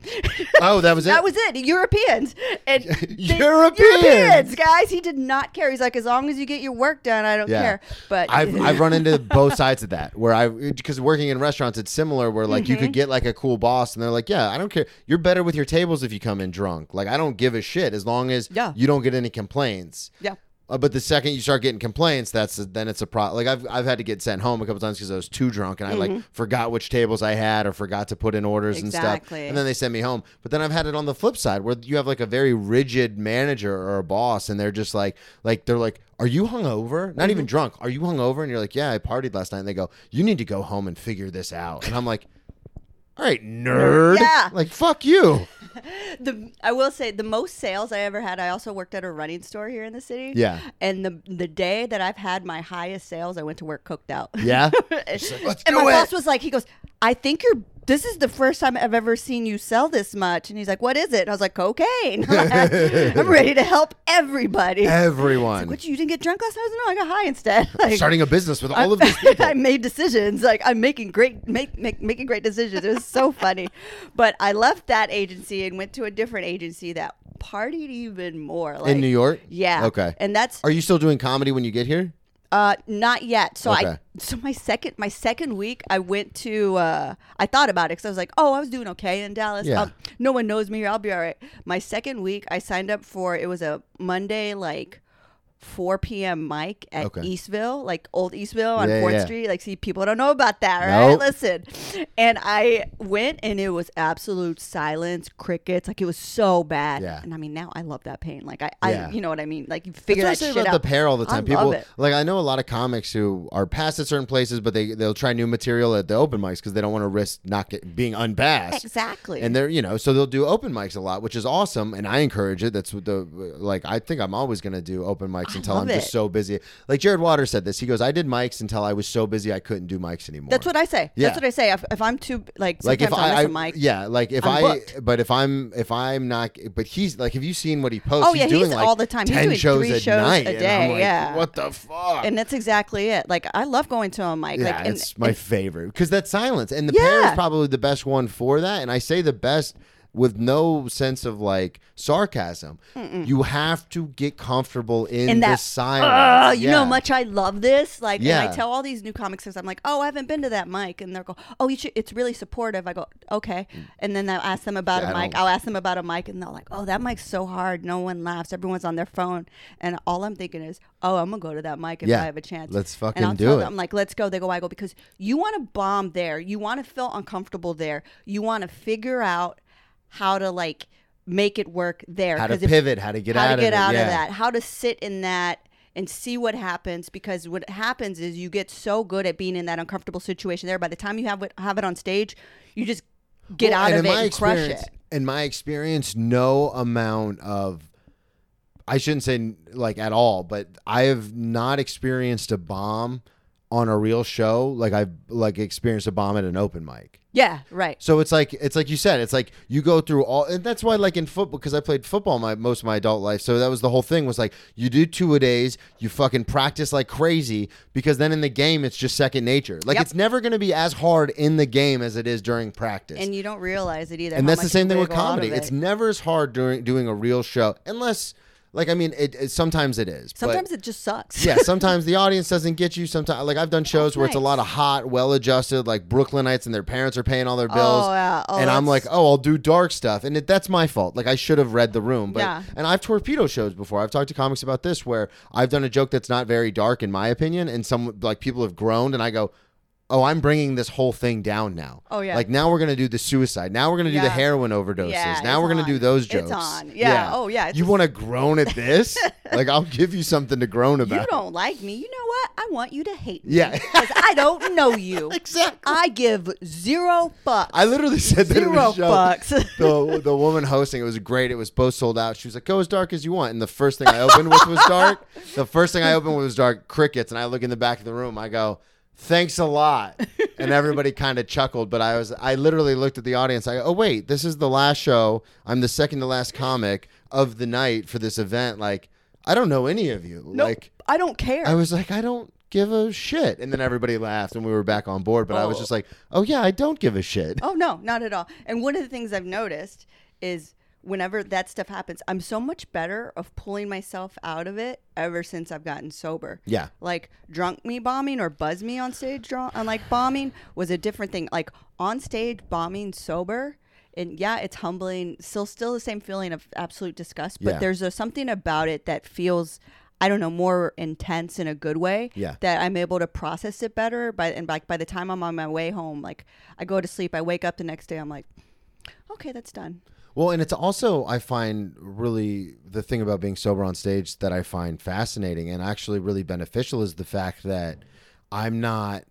[SPEAKER 3] oh, that was it.
[SPEAKER 4] That was it. Europeans and they-
[SPEAKER 3] Europeans!
[SPEAKER 4] Europeans, guys. He did not care. He's like, as long as you get your work done, I don't
[SPEAKER 3] Yeah.
[SPEAKER 4] care. But
[SPEAKER 3] I've, I've run into both sides of that where I because working in restaurants it's similar where like
[SPEAKER 4] Mm-hmm.
[SPEAKER 3] you could get like a cool boss and they're like yeah I don't care you're better with your tables if you come in drunk like I don't give a shit as long as
[SPEAKER 4] Yeah.
[SPEAKER 3] you don't get any complaints
[SPEAKER 4] yeah,
[SPEAKER 3] Uh, but the second you start getting complaints, that's then it's a problem. Like I've I've had to get sent home a couple times because I was too drunk and I
[SPEAKER 4] Mm-hmm.
[SPEAKER 3] like forgot which tables I had or forgot to put in orders and stuff.
[SPEAKER 4] Exactly.
[SPEAKER 3] And then they send me home. But then I've had it on the flip side where you have like a very rigid manager or a boss, and they're just like like they're like, "Are you hungover? Not
[SPEAKER 4] Mm-hmm.
[SPEAKER 3] even drunk. Are you hungover?" And you're like, "Yeah, I partied last night." And they go, "You need to go home and figure this out." And I'm like. All right, nerd.
[SPEAKER 4] Yeah.
[SPEAKER 3] Like fuck you.
[SPEAKER 4] the I will say the most sales I ever had. I also worked at a running store here in the city.
[SPEAKER 3] Yeah.
[SPEAKER 4] And the the day that I've had my highest sales, I went to work cooked out.
[SPEAKER 3] Yeah? "Let's
[SPEAKER 4] and
[SPEAKER 3] do
[SPEAKER 4] my
[SPEAKER 3] it."
[SPEAKER 4] boss was like, he goes, I think you're. This is the first time I've ever seen you sell this much. And he's like, What is it? And I was like, Cocaine. I'm ready to help everybody.
[SPEAKER 3] Everyone.
[SPEAKER 4] What you didn't get drunk last night? I was like, No, I got high instead. Like,
[SPEAKER 3] Starting a business with all
[SPEAKER 4] I-
[SPEAKER 3] of these people.
[SPEAKER 4] I made decisions. Like I'm making great make, make making great decisions. It was so funny. But I left that agency and went to a different agency that partied even more. Like,
[SPEAKER 3] In New York?
[SPEAKER 4] Yeah.
[SPEAKER 3] Okay.
[SPEAKER 4] And that's
[SPEAKER 3] Are you still doing comedy when you get here?
[SPEAKER 4] uh not yet. So
[SPEAKER 3] Okay.
[SPEAKER 4] I so my second my second week I went to uh I thought about it cuz I was like, "Oh, I was doing okay in Dallas.
[SPEAKER 3] Yeah.
[SPEAKER 4] Um, no one knows me here. I'll be all right." My second week I signed up for it was a Monday like 4 p.m. mic at
[SPEAKER 3] Okay.
[SPEAKER 4] Eastville, like old Eastville on
[SPEAKER 3] Yeah,
[SPEAKER 4] 4th
[SPEAKER 3] yeah.
[SPEAKER 4] Street. Like, see, people don't know about that, all right?
[SPEAKER 3] Nope.
[SPEAKER 4] Listen. And I went and it was absolute silence, crickets. Like, it was so bad.
[SPEAKER 3] Yeah.
[SPEAKER 4] And I mean, now I love that pain. Like, I,
[SPEAKER 3] Yeah.
[SPEAKER 4] I you know what I mean? Like, you figure
[SPEAKER 3] That's
[SPEAKER 4] that
[SPEAKER 3] what I say
[SPEAKER 4] shit
[SPEAKER 3] about
[SPEAKER 4] out.
[SPEAKER 3] the pair all the
[SPEAKER 4] I
[SPEAKER 3] time.
[SPEAKER 4] love
[SPEAKER 3] People
[SPEAKER 4] it.
[SPEAKER 3] like I know a lot of comics who are passed at certain places, but they they'll try new material at the open mics because they don't want to risk not get, being unpassed.
[SPEAKER 4] Exactly.
[SPEAKER 3] And they're you know so they'll do open mics a lot, which is awesome, and I encourage it. That's what the like I think I'm always gonna do open mics until
[SPEAKER 4] love
[SPEAKER 3] I'm just
[SPEAKER 4] it.
[SPEAKER 3] so busy. Like Jared Water said this, he goes, I did mics until I was so busy I couldn't do mics anymore.
[SPEAKER 4] That's what I say.
[SPEAKER 3] Yeah.
[SPEAKER 4] That's what I say. If, if I'm too, like,
[SPEAKER 3] like if I,
[SPEAKER 4] sometimes I'll miss a
[SPEAKER 3] I
[SPEAKER 4] mic.
[SPEAKER 3] yeah, like if
[SPEAKER 4] I'm
[SPEAKER 3] i
[SPEAKER 4] booked.
[SPEAKER 3] but if I'm if I'm not, but he's like, have you seen what he posts?
[SPEAKER 4] Oh, yeah,
[SPEAKER 3] he's doing
[SPEAKER 4] he's
[SPEAKER 3] like
[SPEAKER 4] all the time. He's
[SPEAKER 3] Ten
[SPEAKER 4] doing
[SPEAKER 3] shows
[SPEAKER 4] three
[SPEAKER 3] at
[SPEAKER 4] shows a
[SPEAKER 3] night, and I'm
[SPEAKER 4] day,
[SPEAKER 3] like,
[SPEAKER 4] yeah.
[SPEAKER 3] What the fuck?
[SPEAKER 4] And that's exactly it. Like, I love going to a mic.
[SPEAKER 3] Yeah,
[SPEAKER 4] like, and,
[SPEAKER 3] it's my favorite because that silence and the
[SPEAKER 4] Yeah.
[SPEAKER 3] pair is probably the best one for that. And I say the best with no sense of like sarcasm. You have to get comfortable in,
[SPEAKER 4] In
[SPEAKER 3] the
[SPEAKER 4] that,
[SPEAKER 3] silence.
[SPEAKER 4] "Ugh, you know how
[SPEAKER 3] Yeah.
[SPEAKER 4] much I love this. Like, and
[SPEAKER 3] Yeah.
[SPEAKER 4] I tell all these new comics, 'cause I'm like, oh, I haven't been to that mic, and they'll go, oh, you should. It's really supportive. I go, okay, and then I'll ask them about
[SPEAKER 3] Mm. Yeah, I
[SPEAKER 4] a mic.
[SPEAKER 3] don't-
[SPEAKER 4] I'll ask them about a mic, and they're like, oh, that mic's so hard. No one laughs. Everyone's on their phone, and all I'm thinking is, oh, I'm gonna go to that mic if
[SPEAKER 3] Yeah,
[SPEAKER 4] I have a chance.
[SPEAKER 3] let's
[SPEAKER 4] And
[SPEAKER 3] fucking
[SPEAKER 4] I'll
[SPEAKER 3] do
[SPEAKER 4] tell
[SPEAKER 3] it.
[SPEAKER 4] Them, I'm like, let's go. They go, I go because you want to bomb there. You want to feel uncomfortable there. You want to figure out how to like make it work there.
[SPEAKER 3] How to
[SPEAKER 4] 'Cause if-
[SPEAKER 3] pivot, how to get
[SPEAKER 4] how
[SPEAKER 3] out
[SPEAKER 4] to
[SPEAKER 3] of it,
[SPEAKER 4] get out
[SPEAKER 3] yeah.
[SPEAKER 4] of that how to sit in that and see what happens because what happens is you get so good at being in that uncomfortable situation there by the time you have it have it on stage you just get
[SPEAKER 3] Well,
[SPEAKER 4] out
[SPEAKER 3] and
[SPEAKER 4] of
[SPEAKER 3] in
[SPEAKER 4] it
[SPEAKER 3] my
[SPEAKER 4] and crush it
[SPEAKER 3] experience- In my experience, no amount of I shouldn't say like at all, but I have not experienced a bomb on a real show like I've like experienced a bomb at an open mic.
[SPEAKER 4] yeah right
[SPEAKER 3] So it's like it's like you said, it's like you go through all, and that's why like in football because I played football my most of my adult life. So that was the whole thing was like you do two a days, you fucking practice like crazy because then in the game it's just second nature. Like
[SPEAKER 4] Yep.
[SPEAKER 3] it's never going to be as hard in the game as it is during practice.
[SPEAKER 4] and you don't realize it either
[SPEAKER 3] And
[SPEAKER 4] how
[SPEAKER 3] that's the
[SPEAKER 4] much
[SPEAKER 3] same
[SPEAKER 4] you
[SPEAKER 3] thing with
[SPEAKER 4] wiggle out
[SPEAKER 3] comedy.
[SPEAKER 4] of
[SPEAKER 3] It's
[SPEAKER 4] it.
[SPEAKER 3] never as hard during doing a real show unless like I mean it, it sometimes it is. but-
[SPEAKER 4] sometimes it just sucks
[SPEAKER 3] yeah, sometimes the audience doesn't get you. Sometimes, like I've done shows where it's a
[SPEAKER 4] nice.
[SPEAKER 3] lot of hot, well-adjusted, like Brooklynites, and their parents are paying all their bills.
[SPEAKER 4] yeah. Oh,
[SPEAKER 3] and I'm like,
[SPEAKER 4] that's-
[SPEAKER 3] oh, I'll do dark stuff, and it, that's my fault. Like I should have read the room. But
[SPEAKER 4] Yeah.
[SPEAKER 3] and I've torpedo shows before. I've talked to comics about this where I've done a joke that's not very dark in my opinion, and some like people have groaned, and I go. Oh, I'm bringing this whole thing down now.
[SPEAKER 4] Oh, yeah.
[SPEAKER 3] Like now we're gonna do the suicide. Now we're gonna do the
[SPEAKER 4] Yeah.
[SPEAKER 3] heroin overdoses.
[SPEAKER 4] Yeah,
[SPEAKER 3] now
[SPEAKER 4] it's
[SPEAKER 3] we're gonna
[SPEAKER 4] on.
[SPEAKER 3] do those
[SPEAKER 4] It's
[SPEAKER 3] jokes.
[SPEAKER 4] on. Yeah. Oh, yeah, it's
[SPEAKER 3] You
[SPEAKER 4] just-
[SPEAKER 3] want to groan at this? like I'll give you something to groan about.
[SPEAKER 4] you don't like me. You know what? I want you to hate me.
[SPEAKER 3] Yeah.
[SPEAKER 4] Because I don't know you.
[SPEAKER 3] Exactly.
[SPEAKER 4] I give zero fucks.
[SPEAKER 3] I literally said that in
[SPEAKER 4] Zero
[SPEAKER 3] a show.
[SPEAKER 4] fucks.
[SPEAKER 3] The, the woman hosting it was great. It was both sold out. She was like, "Go as dark as you want." And the first thing I opened with was dark. The first thing I opened with was dark crickets. And I look in the back of the room. I go, "Thanks a lot." And everybody kind of chuckled. But I was, I literally looked at the audience. I go, "Oh wait, this is the last show. I'm the second to last comic of the night for this event. Like, I don't know any of you.
[SPEAKER 4] nope.
[SPEAKER 3] Like,
[SPEAKER 4] I don't care.
[SPEAKER 3] I was like, I don't give a shit. And then everybody laughed and we were back on board. But I was
[SPEAKER 4] Oh.
[SPEAKER 3] just like, oh, yeah, I don't give a shit.
[SPEAKER 4] Oh no, not at all. And one of the things I've noticed is whenever that stuff happens, I'm so much better of pulling myself out of it ever since I've gotten sober.
[SPEAKER 3] Yeah.
[SPEAKER 4] Like drunk me bombing or buzz me on stage dr- on like bombing was a different thing. Like on stage bombing sober and yeah, it's humbling. Still still the same feeling of absolute disgust, but
[SPEAKER 3] Yeah.
[SPEAKER 4] there's a, something about it that feels I don't know, more intense in a good way
[SPEAKER 3] Yeah.
[SPEAKER 4] that I'm able to process it better. But and like by the time I'm on my way home, like I go to sleep, I wake up the next day, I'm like, okay, that's done.
[SPEAKER 3] Well, and it's also I find really the thing about being sober on stage that I find fascinating and actually really beneficial is the fact that I'm not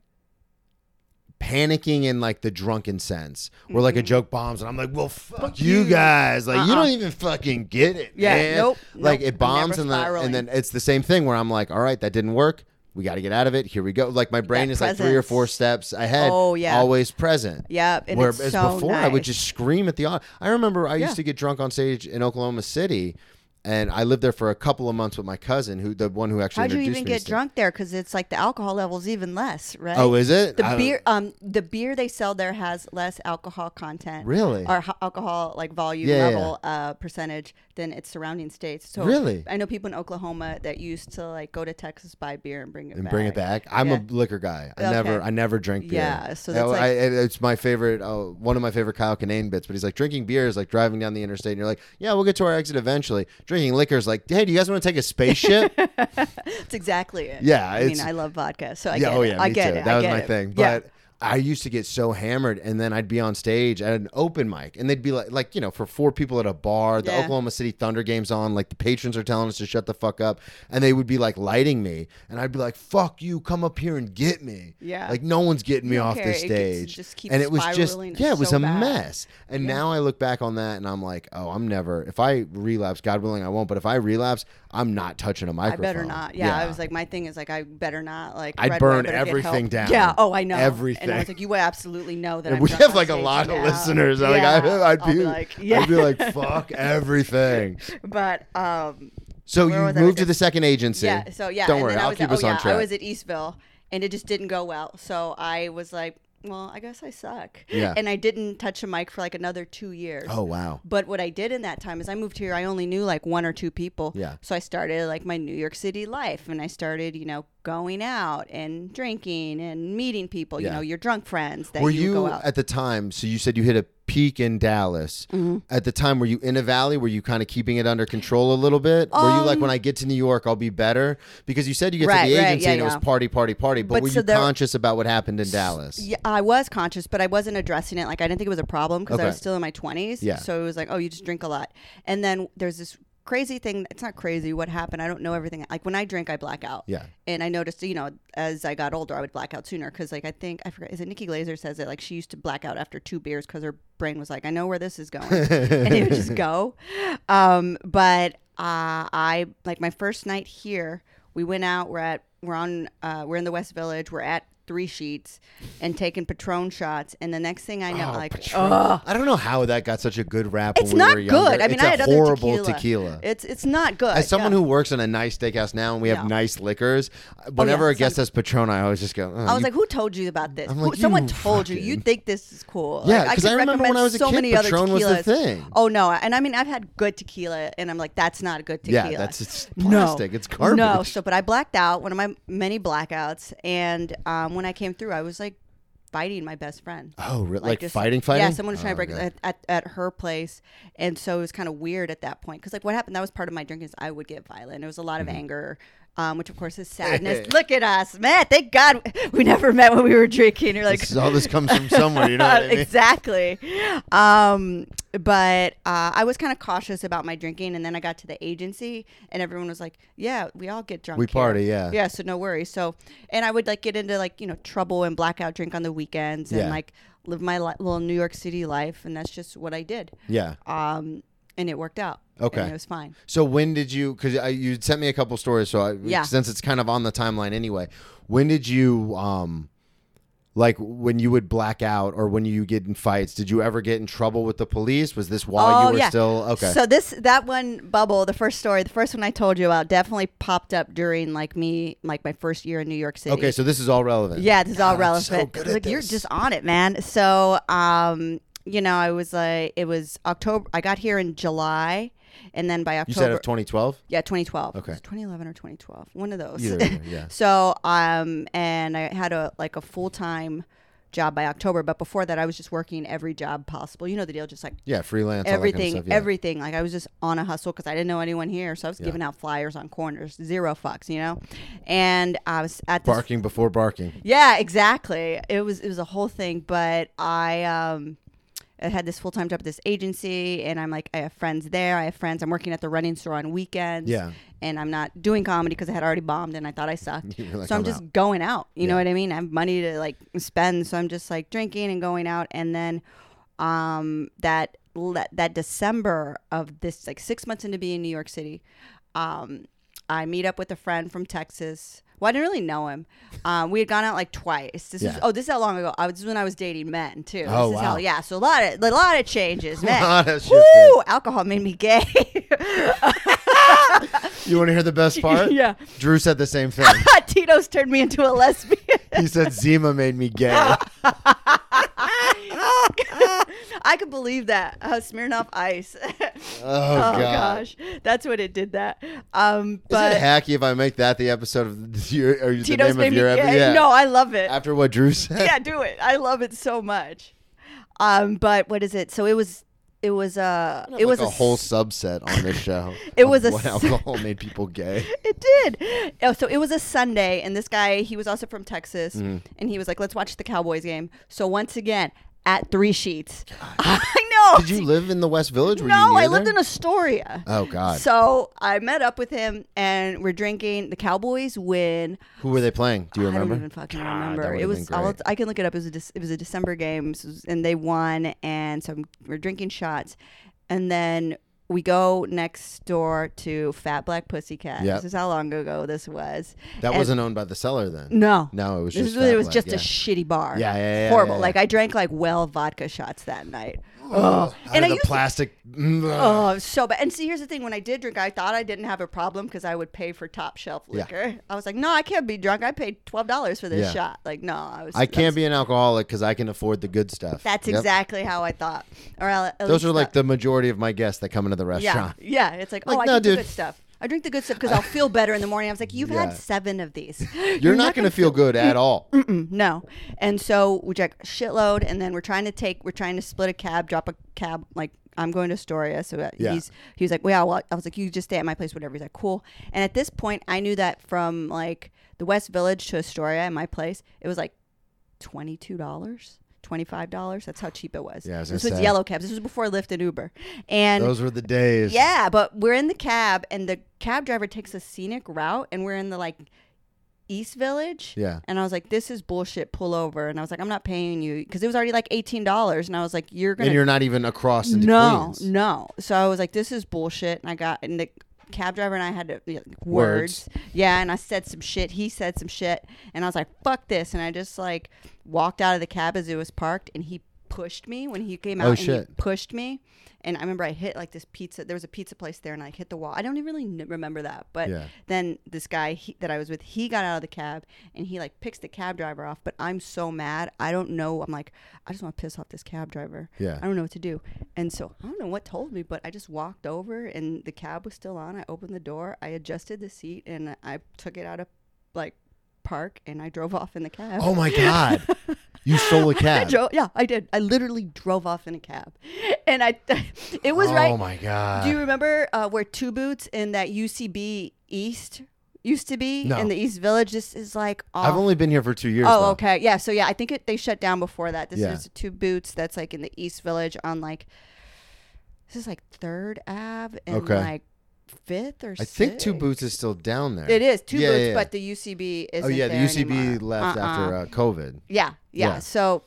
[SPEAKER 3] panicking in like the drunken sense, where like a joke bombs and I'm like, well, fuck, you, guys, like you
[SPEAKER 4] Mm-hmm. Uh-uh.
[SPEAKER 3] don't even fucking get it,
[SPEAKER 4] Yeah,
[SPEAKER 3] man.
[SPEAKER 4] nope,
[SPEAKER 3] Like
[SPEAKER 4] nope,
[SPEAKER 3] it bombs
[SPEAKER 4] never
[SPEAKER 3] and then
[SPEAKER 4] spiraling.
[SPEAKER 3] and then it's the same thing where I'm like, all right, that didn't work. We got to get out of it. Here we go. Like my brain is like three or
[SPEAKER 4] presence.
[SPEAKER 3] four steps ahead.
[SPEAKER 4] Oh, yeah.
[SPEAKER 3] always present.
[SPEAKER 4] Yep, and it's
[SPEAKER 3] Whereas
[SPEAKER 4] so
[SPEAKER 3] before I would
[SPEAKER 4] nice.
[SPEAKER 3] just scream at the audience. I remember I
[SPEAKER 4] Yeah.
[SPEAKER 3] used to get drunk on stage in Oklahoma City, and I lived there for a couple of months with my cousin, who the one who actually
[SPEAKER 4] How'd you
[SPEAKER 3] introduced me
[SPEAKER 4] even
[SPEAKER 3] to
[SPEAKER 4] get
[SPEAKER 3] stand-
[SPEAKER 4] drunk there? Because it's like the alcohol level's even less, right?
[SPEAKER 3] Oh, is it? I
[SPEAKER 4] The
[SPEAKER 3] don't-
[SPEAKER 4] beer, um, the beer they sell there has less alcohol content,
[SPEAKER 3] Really?
[SPEAKER 4] or ho- alcohol like volume
[SPEAKER 3] Yeah, yeah,
[SPEAKER 4] level uh, percentage than its surrounding states. So
[SPEAKER 3] Really?
[SPEAKER 4] I know people in Oklahoma that used to like go to Texas buy beer and bring it
[SPEAKER 3] and
[SPEAKER 4] back.
[SPEAKER 3] bring it back. I'm
[SPEAKER 4] Yeah.
[SPEAKER 3] a liquor guy. I
[SPEAKER 4] Okay.
[SPEAKER 3] never, I never drink beer.
[SPEAKER 4] Yeah, so
[SPEAKER 3] I-
[SPEAKER 4] that's like-
[SPEAKER 3] I- it's my favorite, uh, one of my favorite Kyle Kinane bits. But he's like, drinking beer is like driving down the interstate, and you're like, yeah, we'll get to our exit eventually. Drinking liquor is like, hey, do you guys want to take a spaceship?
[SPEAKER 4] That's exactly it.
[SPEAKER 3] Yeah,
[SPEAKER 4] I mean,
[SPEAKER 3] it's-
[SPEAKER 4] I love vodka, so I
[SPEAKER 3] yeah,
[SPEAKER 4] get
[SPEAKER 3] oh
[SPEAKER 4] it.
[SPEAKER 3] yeah,
[SPEAKER 4] I
[SPEAKER 3] me
[SPEAKER 4] get
[SPEAKER 3] too.
[SPEAKER 4] it.
[SPEAKER 3] That
[SPEAKER 4] I
[SPEAKER 3] was
[SPEAKER 4] get
[SPEAKER 3] my
[SPEAKER 4] it.
[SPEAKER 3] thing.
[SPEAKER 4] Yeah.
[SPEAKER 3] But I used to get so hammered, and then I'd be on stage at an open mic, and they'd be like, like you know, for four people at a bar, the
[SPEAKER 4] Yeah.
[SPEAKER 3] Oklahoma City Thunder game's on, like the patrons are telling us to shut the fuck up, and they would be like lighting me, and I'd be like, "Fuck you, come up here and get me."
[SPEAKER 4] Yeah.
[SPEAKER 3] like no one's getting me
[SPEAKER 4] don't
[SPEAKER 3] off
[SPEAKER 4] care.
[SPEAKER 3] the
[SPEAKER 4] It gets-
[SPEAKER 3] stage,
[SPEAKER 4] just keeps
[SPEAKER 3] and it was just
[SPEAKER 4] spiraling. It's
[SPEAKER 3] yeah, it was
[SPEAKER 4] so
[SPEAKER 3] a
[SPEAKER 4] bad.
[SPEAKER 3] mess. And now I look back on that, and I'm like, oh, I'm never. If I relapse, God willing, I won't. But if I relapse, I'm not touching a
[SPEAKER 4] I
[SPEAKER 3] microphone.
[SPEAKER 4] better not. Yeah, I was like, my thing is like, I better not. Like,
[SPEAKER 3] I'd
[SPEAKER 4] Red
[SPEAKER 3] burn
[SPEAKER 4] Wine, better get
[SPEAKER 3] everything
[SPEAKER 4] help.
[SPEAKER 3] down.
[SPEAKER 4] Yeah. Oh, I know. And I
[SPEAKER 3] Everything.
[SPEAKER 4] was like, you would absolutely know that.
[SPEAKER 3] And
[SPEAKER 4] I'm
[SPEAKER 3] we
[SPEAKER 4] drunk
[SPEAKER 3] have
[SPEAKER 4] on
[SPEAKER 3] like a
[SPEAKER 4] stage
[SPEAKER 3] lot of
[SPEAKER 4] now.
[SPEAKER 3] listeners.
[SPEAKER 4] Yeah.
[SPEAKER 3] Like I, I'd
[SPEAKER 4] I'll
[SPEAKER 3] be,
[SPEAKER 4] like, yeah.
[SPEAKER 3] I'd be like, fuck everything.
[SPEAKER 4] but um,
[SPEAKER 3] So
[SPEAKER 4] Where
[SPEAKER 3] you
[SPEAKER 4] was I?
[SPEAKER 3] moved to
[SPEAKER 4] Okay.
[SPEAKER 3] the second agency.
[SPEAKER 4] yeah. So yeah.
[SPEAKER 3] Don't
[SPEAKER 4] and
[SPEAKER 3] worry,
[SPEAKER 4] then I
[SPEAKER 3] I'll
[SPEAKER 4] was
[SPEAKER 3] keep
[SPEAKER 4] at,
[SPEAKER 3] us
[SPEAKER 4] oh,
[SPEAKER 3] on
[SPEAKER 4] yeah,
[SPEAKER 3] track.
[SPEAKER 4] I was at Eastville, and it just didn't go well. So I was like, well, I guess I suck.
[SPEAKER 3] Yeah.
[SPEAKER 4] And I didn't touch a mic for like another two years.
[SPEAKER 3] oh wow.
[SPEAKER 4] But what I did in that time is I moved here. I only knew like one or two people.
[SPEAKER 3] Yeah.
[SPEAKER 4] So I started like my New York City life, and I started, you know, going out and drinking and meeting people.
[SPEAKER 3] Yeah.
[SPEAKER 4] You know, your drunk friends that
[SPEAKER 3] Were
[SPEAKER 4] you,
[SPEAKER 3] you
[SPEAKER 4] go out.
[SPEAKER 3] at the time? So you said you hit a peak in Dallas.
[SPEAKER 4] Mm-hmm.
[SPEAKER 3] At the time, were you in a valley? Were you kind of keeping it under control a little bit? were you like,
[SPEAKER 4] Um,
[SPEAKER 3] when I get to New York, I'll be better? Because you said you get
[SPEAKER 4] Right,
[SPEAKER 3] to the
[SPEAKER 4] right,
[SPEAKER 3] agency
[SPEAKER 4] yeah,
[SPEAKER 3] and it was
[SPEAKER 4] yeah.
[SPEAKER 3] party, party, party. But,
[SPEAKER 4] But
[SPEAKER 3] were
[SPEAKER 4] so
[SPEAKER 3] you
[SPEAKER 4] there-
[SPEAKER 3] conscious about what happened in Dallas?
[SPEAKER 4] Yeah, I was conscious, but I wasn't addressing it. Like I didn't think it was a problem because
[SPEAKER 3] Okay.
[SPEAKER 4] I was still in my twenties.
[SPEAKER 3] Yeah.
[SPEAKER 4] So it was like, oh, you just drink a lot, and then there's this crazy thing. It's not crazy. What happened? I don't know everything. Like when I drink, I black out.
[SPEAKER 3] Yeah.
[SPEAKER 4] And I noticed, you know, as I got older, I would black out sooner because, like, I think I forget. Is it Nikki Glazer says it? Like she used to black out after two beers because her brain was like, I know where this is going, and it would just go. Um, but uh, I like my first night here. We went out. We're at. We're on. Uh, we're in the West Village. We're at three sheets and taking Patron shots. And the next thing I know, like, ugh,
[SPEAKER 3] I don't know how that got such a good rap.
[SPEAKER 4] it's
[SPEAKER 3] Oh, when
[SPEAKER 4] not
[SPEAKER 3] we were younger.
[SPEAKER 4] good. I mean,
[SPEAKER 3] it's
[SPEAKER 4] I
[SPEAKER 3] a
[SPEAKER 4] had other
[SPEAKER 3] horrible
[SPEAKER 4] tequila. It's it's not good.
[SPEAKER 3] As someone
[SPEAKER 4] yeah.
[SPEAKER 3] who works in a nice steakhouse now and we have
[SPEAKER 4] Yeah. Oh,
[SPEAKER 3] nice liquors, whenever a
[SPEAKER 4] it's
[SPEAKER 3] guest has Patron, I always just go. "Oh,
[SPEAKER 4] I was
[SPEAKER 3] you-
[SPEAKER 4] like, who told you about this?
[SPEAKER 3] I'm
[SPEAKER 4] Who-
[SPEAKER 3] like,
[SPEAKER 4] someone
[SPEAKER 3] you
[SPEAKER 4] told you. You
[SPEAKER 3] fucking-
[SPEAKER 4] think this is cool.
[SPEAKER 3] Yeah,
[SPEAKER 4] Like,
[SPEAKER 3] 'cause I
[SPEAKER 4] could
[SPEAKER 3] remember when I
[SPEAKER 4] recommend
[SPEAKER 3] was a
[SPEAKER 4] so
[SPEAKER 3] kid,
[SPEAKER 4] many other
[SPEAKER 3] Patron was the
[SPEAKER 4] tequilas.
[SPEAKER 3] thing.
[SPEAKER 4] Oh, no. And I mean, I've had good tequila, and I'm like, that's not good
[SPEAKER 3] Yeah,
[SPEAKER 4] tequila.
[SPEAKER 3] that's- it's plastic. It's garbage.
[SPEAKER 4] No, so, but I blacked out, one of my many blackouts. And um, when I came through, I was like fighting my best friend.
[SPEAKER 3] oh, re- like,
[SPEAKER 4] just-
[SPEAKER 3] fighting, fighting.
[SPEAKER 4] Yeah, someone was trying
[SPEAKER 3] Oh,
[SPEAKER 4] to break
[SPEAKER 3] okay.
[SPEAKER 4] at, at, at her place, and so it was kind of weird at that point. Because like, what happened? That was part of my drinking. Is I would get violent. It was a lot
[SPEAKER 3] Mm-hmm.
[SPEAKER 4] of anger, um, which of course is sadness. Look at us, Matt. Thank God we never met when we were drinking. You're like,
[SPEAKER 3] This is- all this comes from somewhere. You know what I mean?
[SPEAKER 4] exactly. Um, but uh, I was kind of cautious about my drinking, and then I got to the agency, and everyone was like, "Yeah, we all get drunk.
[SPEAKER 3] We
[SPEAKER 4] here."
[SPEAKER 3] party, yeah.
[SPEAKER 4] yeah." So no worries. So, and I would like get into like you know trouble and blackout drink on the weekends,
[SPEAKER 3] Yeah.
[SPEAKER 4] and like live my li- little New York City life, and that's just what I did.
[SPEAKER 3] Yeah.
[SPEAKER 4] Um, and it worked out.
[SPEAKER 3] Okay.
[SPEAKER 4] and it was fine.
[SPEAKER 3] So when did you? Because you sent me a couple stories. So I,
[SPEAKER 4] Yeah.
[SPEAKER 3] since it's kind of on the timeline anyway, when did you? um like when you would black out or when you get in fights, did you ever get in trouble with the police? Was this while Oh, you were still okay?
[SPEAKER 4] Oh, So this that one bubble, the first story, the first one I told you about, definitely popped up during like me, like my first year in New York City.
[SPEAKER 3] okay, so this is all relevant.
[SPEAKER 4] Yeah, this is all
[SPEAKER 3] God, I'm
[SPEAKER 4] relevant.
[SPEAKER 3] so good at
[SPEAKER 4] like you're
[SPEAKER 3] this.
[SPEAKER 4] just on it, man. So, um, you know, I was like, it was October. I got here in July, and then by October,
[SPEAKER 3] You said of 2012.
[SPEAKER 4] yeah, 2012.
[SPEAKER 3] Okay.
[SPEAKER 4] It was 2011 or 2012, one of those.
[SPEAKER 3] Either, either, yeah.
[SPEAKER 4] so, um, and I had a like a full time job by October, but before that, I was just working every job possible. You know the deal, just like
[SPEAKER 3] Yeah, freelance. all that kind of
[SPEAKER 4] everything,
[SPEAKER 3] stuff, yeah.
[SPEAKER 4] everything. Like I was just on a hustle because I didn't know anyone here, so I was giving out flyers on corners, zero fucks, you know. And I was at this
[SPEAKER 3] barking before barking.
[SPEAKER 4] Yeah, exactly. It was it was a whole thing, but I um I had this full time job at this agency, and I'm like, I have friends there. I have friends. I'm working at the running store on weekends.
[SPEAKER 3] Yeah.
[SPEAKER 4] And I'm not doing comedy because I had already bombed and I thought I sucked.
[SPEAKER 3] You were like,
[SPEAKER 4] so I'm,
[SPEAKER 3] "I'm
[SPEAKER 4] just
[SPEAKER 3] out."
[SPEAKER 4] going out. You know what I mean? I have money to like spend, so I'm just like drinking and going out. And then, um, that le- that December of this, like six months into being in New York City, um, I meet up with a friend from Texas. Well, I didn't really know him. Um, we had gone out like twice. This
[SPEAKER 3] Yeah.
[SPEAKER 4] is oh, this is how long ago? I was this is when I was dating men too.
[SPEAKER 3] Oh,
[SPEAKER 4] this is
[SPEAKER 3] wow.
[SPEAKER 4] how, yeah. So a lot of a lot of changes, man.
[SPEAKER 3] lot of shit,
[SPEAKER 4] Woo! Alcohol made me gay.
[SPEAKER 3] You want to hear the best part?
[SPEAKER 4] Yeah.
[SPEAKER 3] Drew said the same thing.
[SPEAKER 4] Tito's turned me into a lesbian.
[SPEAKER 3] He said Zima made me gay.
[SPEAKER 4] I could believe that. Uh, Smirnoff Ice.
[SPEAKER 3] Oh, god.
[SPEAKER 4] oh gosh, that's what it did. That. Um,
[SPEAKER 3] Is it
[SPEAKER 4] but
[SPEAKER 3] hacky if I make that the episode of the, your, or the
[SPEAKER 4] Tito's
[SPEAKER 3] name
[SPEAKER 4] made
[SPEAKER 3] of
[SPEAKER 4] me
[SPEAKER 3] your
[SPEAKER 4] gay.
[SPEAKER 3] episode?
[SPEAKER 4] No, I love it.
[SPEAKER 3] After what Drew said.
[SPEAKER 4] yeah, do it. I love it so much. Um, but what is it? So it was. It was uh, it
[SPEAKER 3] Like
[SPEAKER 4] was
[SPEAKER 3] a,
[SPEAKER 4] a s-
[SPEAKER 3] whole subset on this show.
[SPEAKER 4] It
[SPEAKER 3] of
[SPEAKER 4] was a
[SPEAKER 3] what
[SPEAKER 1] s-
[SPEAKER 3] alcohol made people gay.
[SPEAKER 4] It did. Oh, so it was a Sunday, and this guy, he was also from Texas,
[SPEAKER 3] Mm-hmm.
[SPEAKER 4] and he was like, "Let's watch the Cowboys game." So once again, at Three Sheets, I know.
[SPEAKER 3] Did you live in the West Village? Were
[SPEAKER 4] no,
[SPEAKER 3] you near
[SPEAKER 4] I lived
[SPEAKER 3] there?
[SPEAKER 4] in Astoria.
[SPEAKER 3] Oh god.
[SPEAKER 4] So I met up with him, and we're drinking. The Cowboys win.
[SPEAKER 3] Who were they playing? Do you
[SPEAKER 4] I
[SPEAKER 3] remember?
[SPEAKER 4] don't even fucking remember.
[SPEAKER 3] would've
[SPEAKER 4] It
[SPEAKER 3] been
[SPEAKER 4] was. I'll,
[SPEAKER 3] great.
[SPEAKER 4] I can look it up. It was a Dec- it was a December game, s- and they won. And so I'm- we're drinking shots, and then we go next door to Fat Black Pussycat.
[SPEAKER 3] Yep.
[SPEAKER 4] This is how long ago this was.
[SPEAKER 3] that
[SPEAKER 4] And-
[SPEAKER 3] wasn't owned by the seller then.
[SPEAKER 4] No.
[SPEAKER 3] No, it was
[SPEAKER 4] This
[SPEAKER 3] just
[SPEAKER 4] is when
[SPEAKER 3] Fat
[SPEAKER 4] it was
[SPEAKER 3] Black,
[SPEAKER 4] just
[SPEAKER 3] yeah.
[SPEAKER 4] a shitty bar.
[SPEAKER 3] Yeah, yeah, yeah,
[SPEAKER 4] Horrible.
[SPEAKER 3] yeah, yeah.
[SPEAKER 4] Like I drank like well vodka shots that night.
[SPEAKER 3] Oh, out of
[SPEAKER 4] And
[SPEAKER 3] the
[SPEAKER 4] I used to-
[SPEAKER 3] plastic. mm,
[SPEAKER 4] Oh, it was so bad. And see, here's the thing: when I did drink, I thought I didn't have a problem because I would pay for top shelf
[SPEAKER 3] Yeah.
[SPEAKER 4] liquor. I was like, no, I can't be drunk. I paid twelve dollars for this
[SPEAKER 3] Yeah.
[SPEAKER 4] shot. Like, no, I was.
[SPEAKER 3] I can't be an alcoholic because I can afford the good stuff.
[SPEAKER 4] That's
[SPEAKER 3] Yep.
[SPEAKER 4] exactly how I thought. Or I'll- at
[SPEAKER 3] Those
[SPEAKER 4] least
[SPEAKER 3] are like
[SPEAKER 4] that-
[SPEAKER 3] the majority of my guests that come into the
[SPEAKER 4] yeah,
[SPEAKER 3] restaurant.
[SPEAKER 4] yeah. It's like,
[SPEAKER 3] Like,
[SPEAKER 4] oh, I
[SPEAKER 3] no,
[SPEAKER 4] drink
[SPEAKER 3] dude.
[SPEAKER 4] the good stuff. I drink the good stuff because I'll feel better in the morning. I was like, you've
[SPEAKER 3] Yeah.
[SPEAKER 4] had seven of these.
[SPEAKER 3] You're, not, going to feel good at all.
[SPEAKER 4] Mm, no. And so we check shitload, and then we're trying to take, we're trying to split a cab, drop a cab. Like I'm going to Astoria, so that
[SPEAKER 3] Yeah.
[SPEAKER 4] he's he was like, well, yeah, well, I was like, you just stay at my place, whatever. He's like, cool. And at this point, I knew that from like the West Village to Astoria, and my place, it was like twenty two dollars. Twenty-five dollars. That's how cheap it was.
[SPEAKER 3] Yeah, I was
[SPEAKER 4] this
[SPEAKER 3] gonna
[SPEAKER 4] was
[SPEAKER 3] say.
[SPEAKER 4] yellow cabs. This was before Lyft and Uber. And
[SPEAKER 3] Those were the days.
[SPEAKER 4] yeah, but we're in the cab, and the cab driver takes a scenic route, and we're in the like East Village.
[SPEAKER 3] Yeah.
[SPEAKER 4] And I was like, "This is bullshit. Pull over." And I was like, "I'm not paying you," because it was already like eighteen dollars, and I was like, "You're gonna
[SPEAKER 3] And you're not even across into
[SPEAKER 4] no,
[SPEAKER 3] Queens.
[SPEAKER 4] no." So I was like, "This is bullshit," and I got and the cab driver and I had to, you know,
[SPEAKER 3] Words.
[SPEAKER 4] words. Yeah, and I said some shit. He said some shit, and I was like, "Fuck this!" And I just like walked out of the cab as it was parked, and he pushed me when he came out.
[SPEAKER 3] Oh,
[SPEAKER 4] and he
[SPEAKER 3] shit.
[SPEAKER 4] pushed me, and I remember I hit like this pizza. There was a pizza place there, and I hit the wall. I don't even really n- remember that, but
[SPEAKER 3] Yeah.
[SPEAKER 4] then this guy he, that I was with, he got out of the cab and he like picks the cab driver off. But I'm so mad. I don't know. I'm like, I just want to piss off this cab driver.
[SPEAKER 3] Yeah.
[SPEAKER 4] I don't know what to do. And so I don't know what told me, but I just walked over and the cab was still on. I opened the door, I adjusted the seat, and I took it out of like park and I drove off in the cab.
[SPEAKER 3] Oh my god. You stole a
[SPEAKER 4] I
[SPEAKER 3] cab.
[SPEAKER 4] drove, yeah, I did. I literally drove off in a cab, and I, it was
[SPEAKER 3] oh
[SPEAKER 4] right.
[SPEAKER 3] my god.
[SPEAKER 4] Do you remember uh, where Two Boots in that UCB East used to be
[SPEAKER 3] No.
[SPEAKER 4] in the East Village? This is like off.
[SPEAKER 3] I've only been here for two years.
[SPEAKER 4] oh,
[SPEAKER 3] though.
[SPEAKER 4] okay, yeah. So yeah, I think it they shut down before that. This
[SPEAKER 3] Yeah.
[SPEAKER 4] is Two Boots that's like in the East Village on like this is like Third Ave and
[SPEAKER 3] Okay.
[SPEAKER 4] like Fifth or
[SPEAKER 3] I think Two
[SPEAKER 4] Sixth.
[SPEAKER 3] Boots is still down there.
[SPEAKER 4] It is Two
[SPEAKER 3] Yeah, yeah,
[SPEAKER 4] Boots,
[SPEAKER 3] yeah.
[SPEAKER 4] but the UCB is.
[SPEAKER 3] Oh yeah, the UCB left after uh, COVID.
[SPEAKER 4] Uh-uh. Yeah, yeah,
[SPEAKER 3] Yeah.
[SPEAKER 4] So.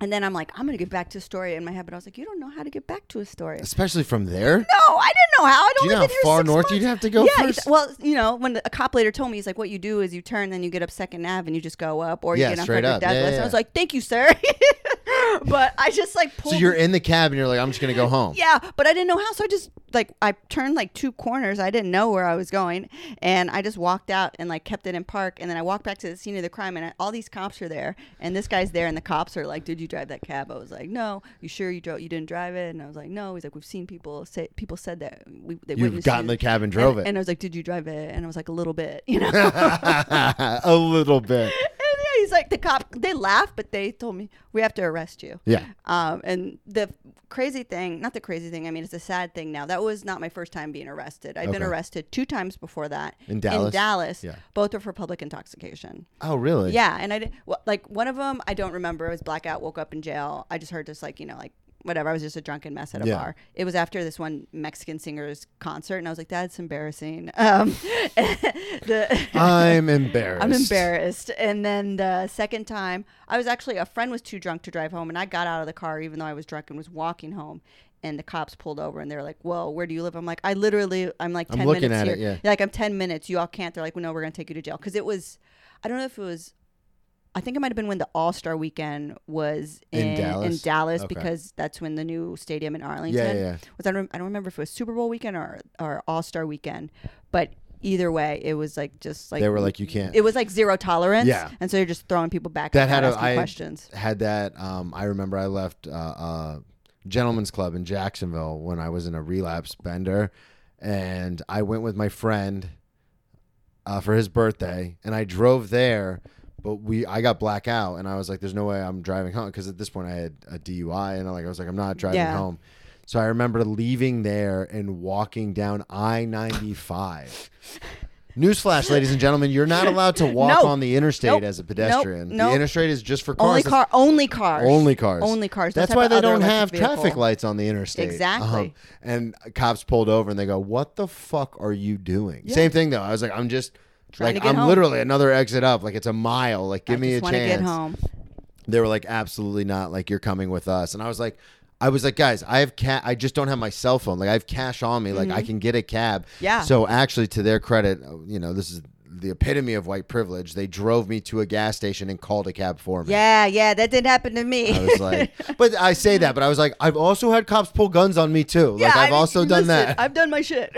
[SPEAKER 4] And then I'm like, I'm gonna get back to Astoria in my head, but I was like, you don't know how to get back to Astoria.
[SPEAKER 3] Especially from there.
[SPEAKER 4] No, I didn't know how. I'd
[SPEAKER 3] Do you
[SPEAKER 4] only
[SPEAKER 3] know
[SPEAKER 4] been
[SPEAKER 3] how
[SPEAKER 4] here
[SPEAKER 3] far
[SPEAKER 4] six
[SPEAKER 3] north
[SPEAKER 4] months.
[SPEAKER 3] you'd have to go
[SPEAKER 4] yeah,
[SPEAKER 3] first?
[SPEAKER 4] exa- well, you know, when the, a cop later told me, he's like, "What you do is you turn, then you get up Second Ave, and you just go up, or
[SPEAKER 3] Yeah,
[SPEAKER 4] you get on
[SPEAKER 3] straight
[SPEAKER 4] Frederick
[SPEAKER 3] up. Yeah,
[SPEAKER 4] Douglass."
[SPEAKER 3] yeah,
[SPEAKER 4] And
[SPEAKER 3] yeah.
[SPEAKER 4] I was like, "Thank you, sir." but I just like pulled.
[SPEAKER 3] So you're in the cab and you're like, I'm just gonna go home.
[SPEAKER 4] yeah, but I didn't know how, so I just like I turned like two corners. I didn't know where I was going, and I just walked out and like kept it in park. And then I walked back to the scene of the crime, and I, all these cops are there, and this guy's there, and the cops are like, "Did you drive that cab?" I was like, "No." You sure you drove? You didn't drive it? And I was like, "No." He's like, "We've seen people say people said that we they
[SPEAKER 3] You've
[SPEAKER 4] witnessed
[SPEAKER 3] gotten
[SPEAKER 4] you."
[SPEAKER 3] the cab and drove
[SPEAKER 4] and,
[SPEAKER 3] it.
[SPEAKER 4] And I was like, "Did you drive it?" And I was like, "A little bit," you know. and
[SPEAKER 3] a little bit.
[SPEAKER 4] yeah, he's like, the cop. They laughed, but they told me we have to arrest you.
[SPEAKER 3] Yeah.
[SPEAKER 4] Um, and the crazy thing, not the crazy thing. I mean, it's a sad thing now. That was not my first time being arrested. I've been
[SPEAKER 3] Okay.
[SPEAKER 4] arrested two times before that
[SPEAKER 3] In Dallas?
[SPEAKER 4] In Dallas,
[SPEAKER 3] Yeah.
[SPEAKER 4] both are for public intoxication.
[SPEAKER 3] Oh really?
[SPEAKER 4] Yeah, and I did well, like one of them I don't remember. It was blackout, woke up in jail. I just heard this like you know like whatever. I was just a drunken mess at a
[SPEAKER 3] Yeah.
[SPEAKER 4] bar. It was after this one Mexican singer's concert, and I was like, that's embarrassing. Um, the,
[SPEAKER 3] I'm embarrassed.
[SPEAKER 4] I'm embarrassed. And then the second time, I was actually a friend was too drunk to drive home, and I got out of the car even though I was drunk and was walking home. And the cops pulled over, and they're like, "Whoa, where do you live?" I'm like, "I literally, I'm like
[SPEAKER 3] I'm
[SPEAKER 4] 10
[SPEAKER 3] looking
[SPEAKER 4] minutes
[SPEAKER 3] at
[SPEAKER 4] here.
[SPEAKER 3] it, yeah.
[SPEAKER 4] They're Like I'm 10 minutes. You all can't." They're like, "Well, no, we're gonna take you to jail." Because it was, I don't know if it was. I think it might have been when the All Star Weekend was
[SPEAKER 3] In
[SPEAKER 4] in,
[SPEAKER 3] Dallas?
[SPEAKER 4] Dallas,
[SPEAKER 3] Okay.
[SPEAKER 4] because that's when the new stadium in Arlington
[SPEAKER 3] Yeah, yeah, yeah.
[SPEAKER 4] was I don't, I don't remember if it was Super Bowl weekend or or All Star weekend, but either way, it was like just like
[SPEAKER 3] They were like, you can't.
[SPEAKER 4] it was like zero tolerance.
[SPEAKER 3] Yeah.
[SPEAKER 4] and so you're just throwing people back.
[SPEAKER 3] that
[SPEAKER 4] and
[SPEAKER 3] had
[SPEAKER 4] not
[SPEAKER 3] a,
[SPEAKER 4] asking
[SPEAKER 3] I
[SPEAKER 4] questions.
[SPEAKER 3] had that. Um, I remember I left uh, uh, Gentleman's Club in Jacksonville when I was in a relapse bender, and I went with my friend uh, for his birthday, and I drove there. But we, I got blackout, and I was like, "There's no way I'm driving home," because at this point I had a DUI, and I like I was like, "I'm not driving
[SPEAKER 4] Yeah.
[SPEAKER 3] home." So I remember leaving there and walking down I-95. Newsflash, ladies and gentlemen, you're not allowed to walk
[SPEAKER 4] No.
[SPEAKER 3] on the interstate
[SPEAKER 4] Nope.
[SPEAKER 3] as a pedestrian.
[SPEAKER 4] Nope. Nope.
[SPEAKER 3] The interstate is just for cars.
[SPEAKER 4] Only
[SPEAKER 3] That's-
[SPEAKER 4] car, only cars,
[SPEAKER 3] Only cars.
[SPEAKER 4] only cars. No
[SPEAKER 3] That's
[SPEAKER 4] type
[SPEAKER 3] why
[SPEAKER 4] of
[SPEAKER 3] they
[SPEAKER 4] other
[SPEAKER 3] don't
[SPEAKER 4] electric
[SPEAKER 3] have traffic
[SPEAKER 4] vehicle.
[SPEAKER 3] lights on the interstate.
[SPEAKER 4] Exactly.
[SPEAKER 3] Um, and cops pulled over and they go, "What the fuck are you doing?" Same thing though. I was like, "I'm just
[SPEAKER 4] Trying
[SPEAKER 3] like
[SPEAKER 4] to get
[SPEAKER 3] I'm
[SPEAKER 4] home.
[SPEAKER 3] literally another exit up. Like it's a mile. Like give
[SPEAKER 4] I
[SPEAKER 3] me
[SPEAKER 4] just
[SPEAKER 3] a
[SPEAKER 4] wanna
[SPEAKER 3] chance."
[SPEAKER 4] Get home.
[SPEAKER 3] They were like, "Absolutely not. Like you're coming with us." And I was like. I was like, guys, I have cat. I just don't have my cell phone. Like, I have cash on me. Like, I can get a cab.
[SPEAKER 4] Mm-hmm. Yeah.
[SPEAKER 3] So actually, to their credit, you know, this is the epitome of white privilege. They drove me to a gas station and called a cab for me.
[SPEAKER 4] Yeah, yeah, that didn't happen to me.
[SPEAKER 3] I was like, but I say that, but I was like, I've also had cops pull guns on me too.
[SPEAKER 4] yeah,
[SPEAKER 3] Like I've
[SPEAKER 4] I-
[SPEAKER 3] also done
[SPEAKER 4] listen,
[SPEAKER 3] that.
[SPEAKER 4] I've done my shit.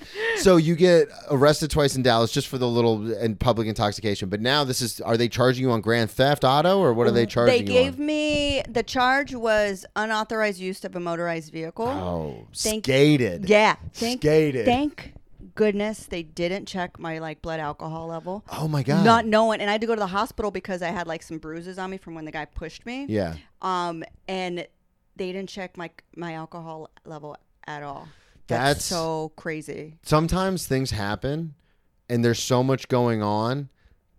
[SPEAKER 3] so you get arrested twice in Dallas just for the little and public intoxication. But now this is, are they charging you on grand theft auto or what are they charging
[SPEAKER 4] they gave
[SPEAKER 3] you
[SPEAKER 4] me the charge was unauthorized use of a motorized vehicle.
[SPEAKER 3] on? oh,
[SPEAKER 4] Thank-
[SPEAKER 3] skated.
[SPEAKER 4] Yeah. Thank,
[SPEAKER 3] Skated.
[SPEAKER 4] Thank goodness they didn't check my like blood alcohol level.
[SPEAKER 3] Oh my god.
[SPEAKER 4] Not knowing, and I had to go to the hospital because I had like some bruises on me from when the guy pushed me.
[SPEAKER 3] yeah.
[SPEAKER 4] Um, and they didn't check my my alcohol level at all.
[SPEAKER 3] That's-
[SPEAKER 4] That's so crazy.
[SPEAKER 3] sometimes things happen and there's so much going on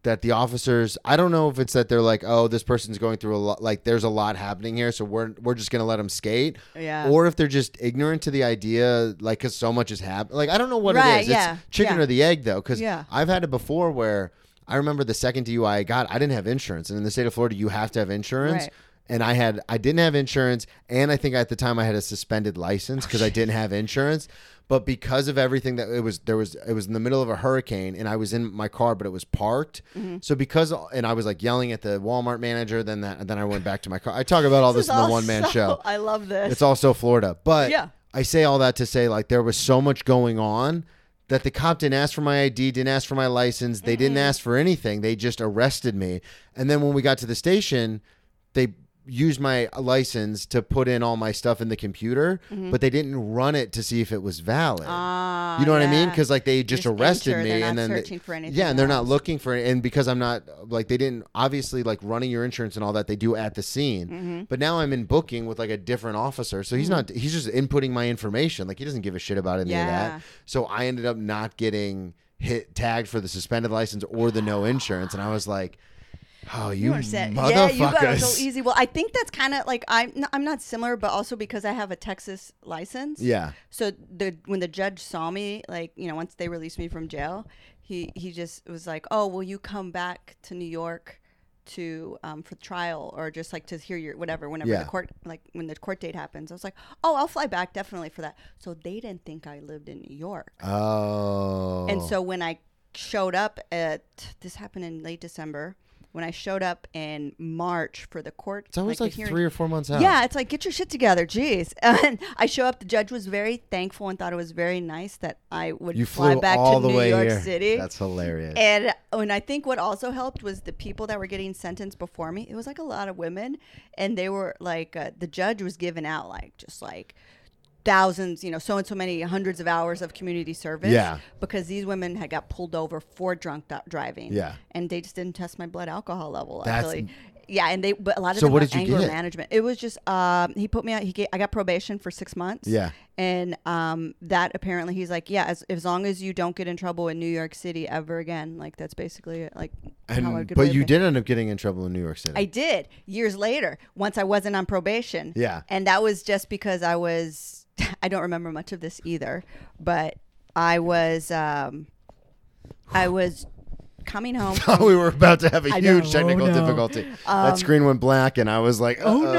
[SPEAKER 3] that the officers I don't know if it's that they're like, "Oh, this person's going through a lot like there's a lot happening here, so we're we're just going to let them skate."
[SPEAKER 4] Yeah.
[SPEAKER 3] Or if they're just ignorant to the idea like cuz so much is happening. Like I don't know what
[SPEAKER 4] Right,
[SPEAKER 3] it is.
[SPEAKER 4] yeah,
[SPEAKER 3] It's chicken
[SPEAKER 4] yeah.
[SPEAKER 3] or the egg though cuz
[SPEAKER 4] Yeah.
[SPEAKER 3] I've had it before where I remember the second DUI I got, I didn't have insurance. And in the state of Florida, you have to have insurance.
[SPEAKER 4] Right.
[SPEAKER 3] And I had I didn't have insurance, and I think at the time I had a suspended license because I didn't have insurance. But because of everything that it was, there was it was in the middle of a hurricane, and I was in my car, but it was parked.
[SPEAKER 4] Mm-hmm.
[SPEAKER 3] So because and I was like yelling at the Walmart manager, then that then I went back to my car. I talk about all this,
[SPEAKER 4] is
[SPEAKER 3] in the
[SPEAKER 4] all
[SPEAKER 3] one man
[SPEAKER 4] so-
[SPEAKER 3] show.
[SPEAKER 4] I love this.
[SPEAKER 3] It's also Florida. But
[SPEAKER 4] Yeah.
[SPEAKER 3] I say all that to say like there was so much going on that the cop didn't ask for my ID, didn't ask for my license, they didn't
[SPEAKER 4] Mm-hmm.
[SPEAKER 3] ask for anything. They just arrested me. And then when we got to the station, they used my license to put in all my stuff in the computer, but they didn't run it to see if it was valid.
[SPEAKER 4] Mm-hmm. Ah,
[SPEAKER 3] you know what I mean?
[SPEAKER 4] yeah.
[SPEAKER 3] Because like they just,
[SPEAKER 4] Just
[SPEAKER 3] arrested
[SPEAKER 4] ensure
[SPEAKER 3] me,
[SPEAKER 4] they're
[SPEAKER 3] and
[SPEAKER 4] not
[SPEAKER 3] then they-
[SPEAKER 4] searching for anything
[SPEAKER 3] yeah, and they're not
[SPEAKER 4] else.
[SPEAKER 3] looking for it. And because I'm not like they didn't obviously like running your insurance and all that they do at the scene.
[SPEAKER 4] Mm-hmm.
[SPEAKER 3] But now I'm in booking with like a different officer, so he's not he's just inputting my information. Like he doesn't give a shit about any
[SPEAKER 4] Yeah.
[SPEAKER 3] of that. So I ended up not getting hit tagged for the suspended license or the no insurance, and I was like. Oh, you,
[SPEAKER 4] You are set. Yeah, you got it
[SPEAKER 3] motherfuckers.
[SPEAKER 4] so easy. Well, I think that's kind of like I'm. n- I'm not similar, but also because I have a Texas license.
[SPEAKER 3] Yeah.
[SPEAKER 4] So the when the judge saw me, like you know, once they released me from jail, he he just was like, "Oh, will you come back to New York to um, for trial or just like to hear your whatever whenever
[SPEAKER 3] Yeah.
[SPEAKER 4] the court like when the court date happens?" I was like, "Oh, I'll fly back definitely for that." So they didn't think I lived in New York.
[SPEAKER 3] Oh.
[SPEAKER 4] And so when I showed up at this happened in late December, when I showed up in March for the court,
[SPEAKER 3] it's always
[SPEAKER 4] the
[SPEAKER 3] like,
[SPEAKER 4] hearing-
[SPEAKER 3] three or four months out.
[SPEAKER 4] yeah, it's like get your shit together, jeez. And I show up. The judge was very thankful and thought it was very nice that I would
[SPEAKER 3] You
[SPEAKER 4] fly
[SPEAKER 3] flew
[SPEAKER 4] back
[SPEAKER 3] all
[SPEAKER 4] to
[SPEAKER 3] the
[SPEAKER 4] New
[SPEAKER 3] way
[SPEAKER 4] York
[SPEAKER 3] here.
[SPEAKER 4] City.
[SPEAKER 3] That's hilarious.
[SPEAKER 4] And oh, and I think what also helped was the people that were getting sentenced before me. It was like a lot of women, and they were like uh, the judge was giving out like just like thousands, you know, so and so many hundreds of hours of community service.
[SPEAKER 3] Yeah.
[SPEAKER 4] Because these women had got pulled over for drunk do- driving.
[SPEAKER 3] Yeah.
[SPEAKER 4] And they just didn't test my blood alcohol level.
[SPEAKER 3] That's
[SPEAKER 4] actually. yeah, and they but a lot of
[SPEAKER 3] So
[SPEAKER 4] them
[SPEAKER 3] what
[SPEAKER 4] were
[SPEAKER 3] did you
[SPEAKER 4] anger
[SPEAKER 3] get?
[SPEAKER 4] management. It was just um, he put me out. He gave, I got probation for six months.
[SPEAKER 3] Yeah.
[SPEAKER 4] and um, that apparently he's like, yeah, as, as long as you don't get in trouble in New York City ever again, like that's basically it, like how I
[SPEAKER 3] And,
[SPEAKER 4] could
[SPEAKER 3] but
[SPEAKER 4] really
[SPEAKER 3] you
[SPEAKER 4] think.
[SPEAKER 3] did end up getting in trouble in New York City.
[SPEAKER 4] I did years later once I wasn't on probation.
[SPEAKER 3] Yeah.
[SPEAKER 4] And that was just because I was, I don't remember much of this either, but I was, um, I was coming home.
[SPEAKER 3] thought we were about to have a
[SPEAKER 4] I
[SPEAKER 3] huge
[SPEAKER 4] know.
[SPEAKER 3] technical
[SPEAKER 4] Oh, no.
[SPEAKER 3] difficulty. that screen went black, and I was like,
[SPEAKER 4] oh
[SPEAKER 3] "Uh-oh."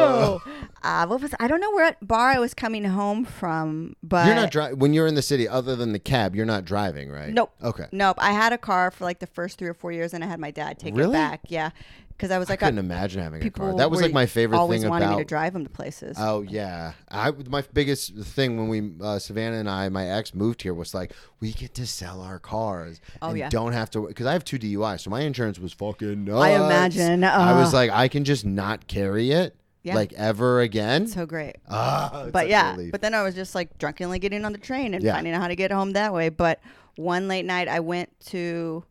[SPEAKER 4] no. Uh, what was, I don't know where bar I was coming home from, but.
[SPEAKER 3] You're not driving when you're in the city. Other than the cab, you're not driving, right?
[SPEAKER 4] Nope.
[SPEAKER 3] Okay.
[SPEAKER 4] Nope. I had a car for like the first three or four years and I had my dad take
[SPEAKER 3] Really?
[SPEAKER 4] it back. Yeah. Because I was
[SPEAKER 3] I
[SPEAKER 4] like,
[SPEAKER 3] couldn't imagine having a
[SPEAKER 4] people
[SPEAKER 3] car. That was
[SPEAKER 4] were
[SPEAKER 3] like my favorite
[SPEAKER 4] always
[SPEAKER 3] thing
[SPEAKER 4] wanting me
[SPEAKER 3] about.
[SPEAKER 4] to drive him to places.
[SPEAKER 3] Oh yeah, I my biggest thing when we uh, Savannah and I, my ex moved here, was like we get to sell our cars
[SPEAKER 4] Oh,
[SPEAKER 3] and
[SPEAKER 4] yeah.
[SPEAKER 3] don't have to because I have two DUIs, so my insurance was fucking nuts.
[SPEAKER 4] I imagine,
[SPEAKER 3] I was
[SPEAKER 4] uh,
[SPEAKER 3] like, I can just not carry it
[SPEAKER 4] Yeah.
[SPEAKER 3] like ever again.
[SPEAKER 4] so great.
[SPEAKER 3] Ah, it's such
[SPEAKER 4] but
[SPEAKER 3] a
[SPEAKER 4] yeah,
[SPEAKER 3] relief.
[SPEAKER 4] but then I was just like drunkenly getting on the train and
[SPEAKER 3] Yeah.
[SPEAKER 4] finding out how to get home that way. But one late night, I went to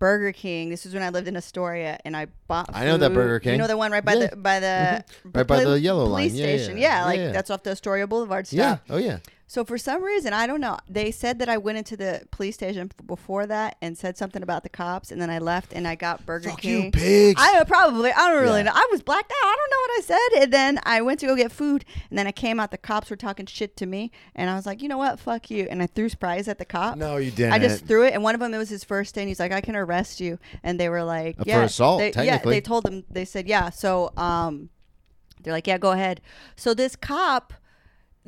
[SPEAKER 4] Burger King. This is when I lived in Astoria, and I bought.
[SPEAKER 3] I know that
[SPEAKER 4] food.
[SPEAKER 3] Burger King.
[SPEAKER 4] You know the one right by
[SPEAKER 3] Yeah. Mm-hmm.
[SPEAKER 4] the by the
[SPEAKER 3] Right by
[SPEAKER 4] poli-
[SPEAKER 3] the yellow
[SPEAKER 4] police
[SPEAKER 3] line. Yeah, yeah,
[SPEAKER 4] station.
[SPEAKER 3] yeah.
[SPEAKER 4] Yeah,
[SPEAKER 3] Yeah,
[SPEAKER 4] like
[SPEAKER 3] yeah.
[SPEAKER 4] that's off the Astoria Boulevard stuff.
[SPEAKER 3] yeah, oh yeah.
[SPEAKER 4] So for some reason, I don't know, they said that I went into the police station f- before that and said something about the cops, and then I left and I got Burger
[SPEAKER 3] Fuck you,
[SPEAKER 4] King.
[SPEAKER 3] pigs.
[SPEAKER 4] I uh, probably I don't really
[SPEAKER 3] Yeah.
[SPEAKER 4] know. I was blacked out. I don't know what I said. And then I went to go get food, and then I came out. The cops were talking shit to me, and I was like, you know what, fuck you. And I threw surprise at the cop.
[SPEAKER 3] No, you
[SPEAKER 4] I just
[SPEAKER 3] didn't.
[SPEAKER 4] threw it, and one of them it was his first day, and he's like, I can arrest you. And they were like,
[SPEAKER 3] Uh, for
[SPEAKER 4] yeah,
[SPEAKER 3] assault,
[SPEAKER 4] they, yeah.
[SPEAKER 3] technically.
[SPEAKER 4] They told him. They said, yeah. So um, they're like, yeah, go ahead. So this cop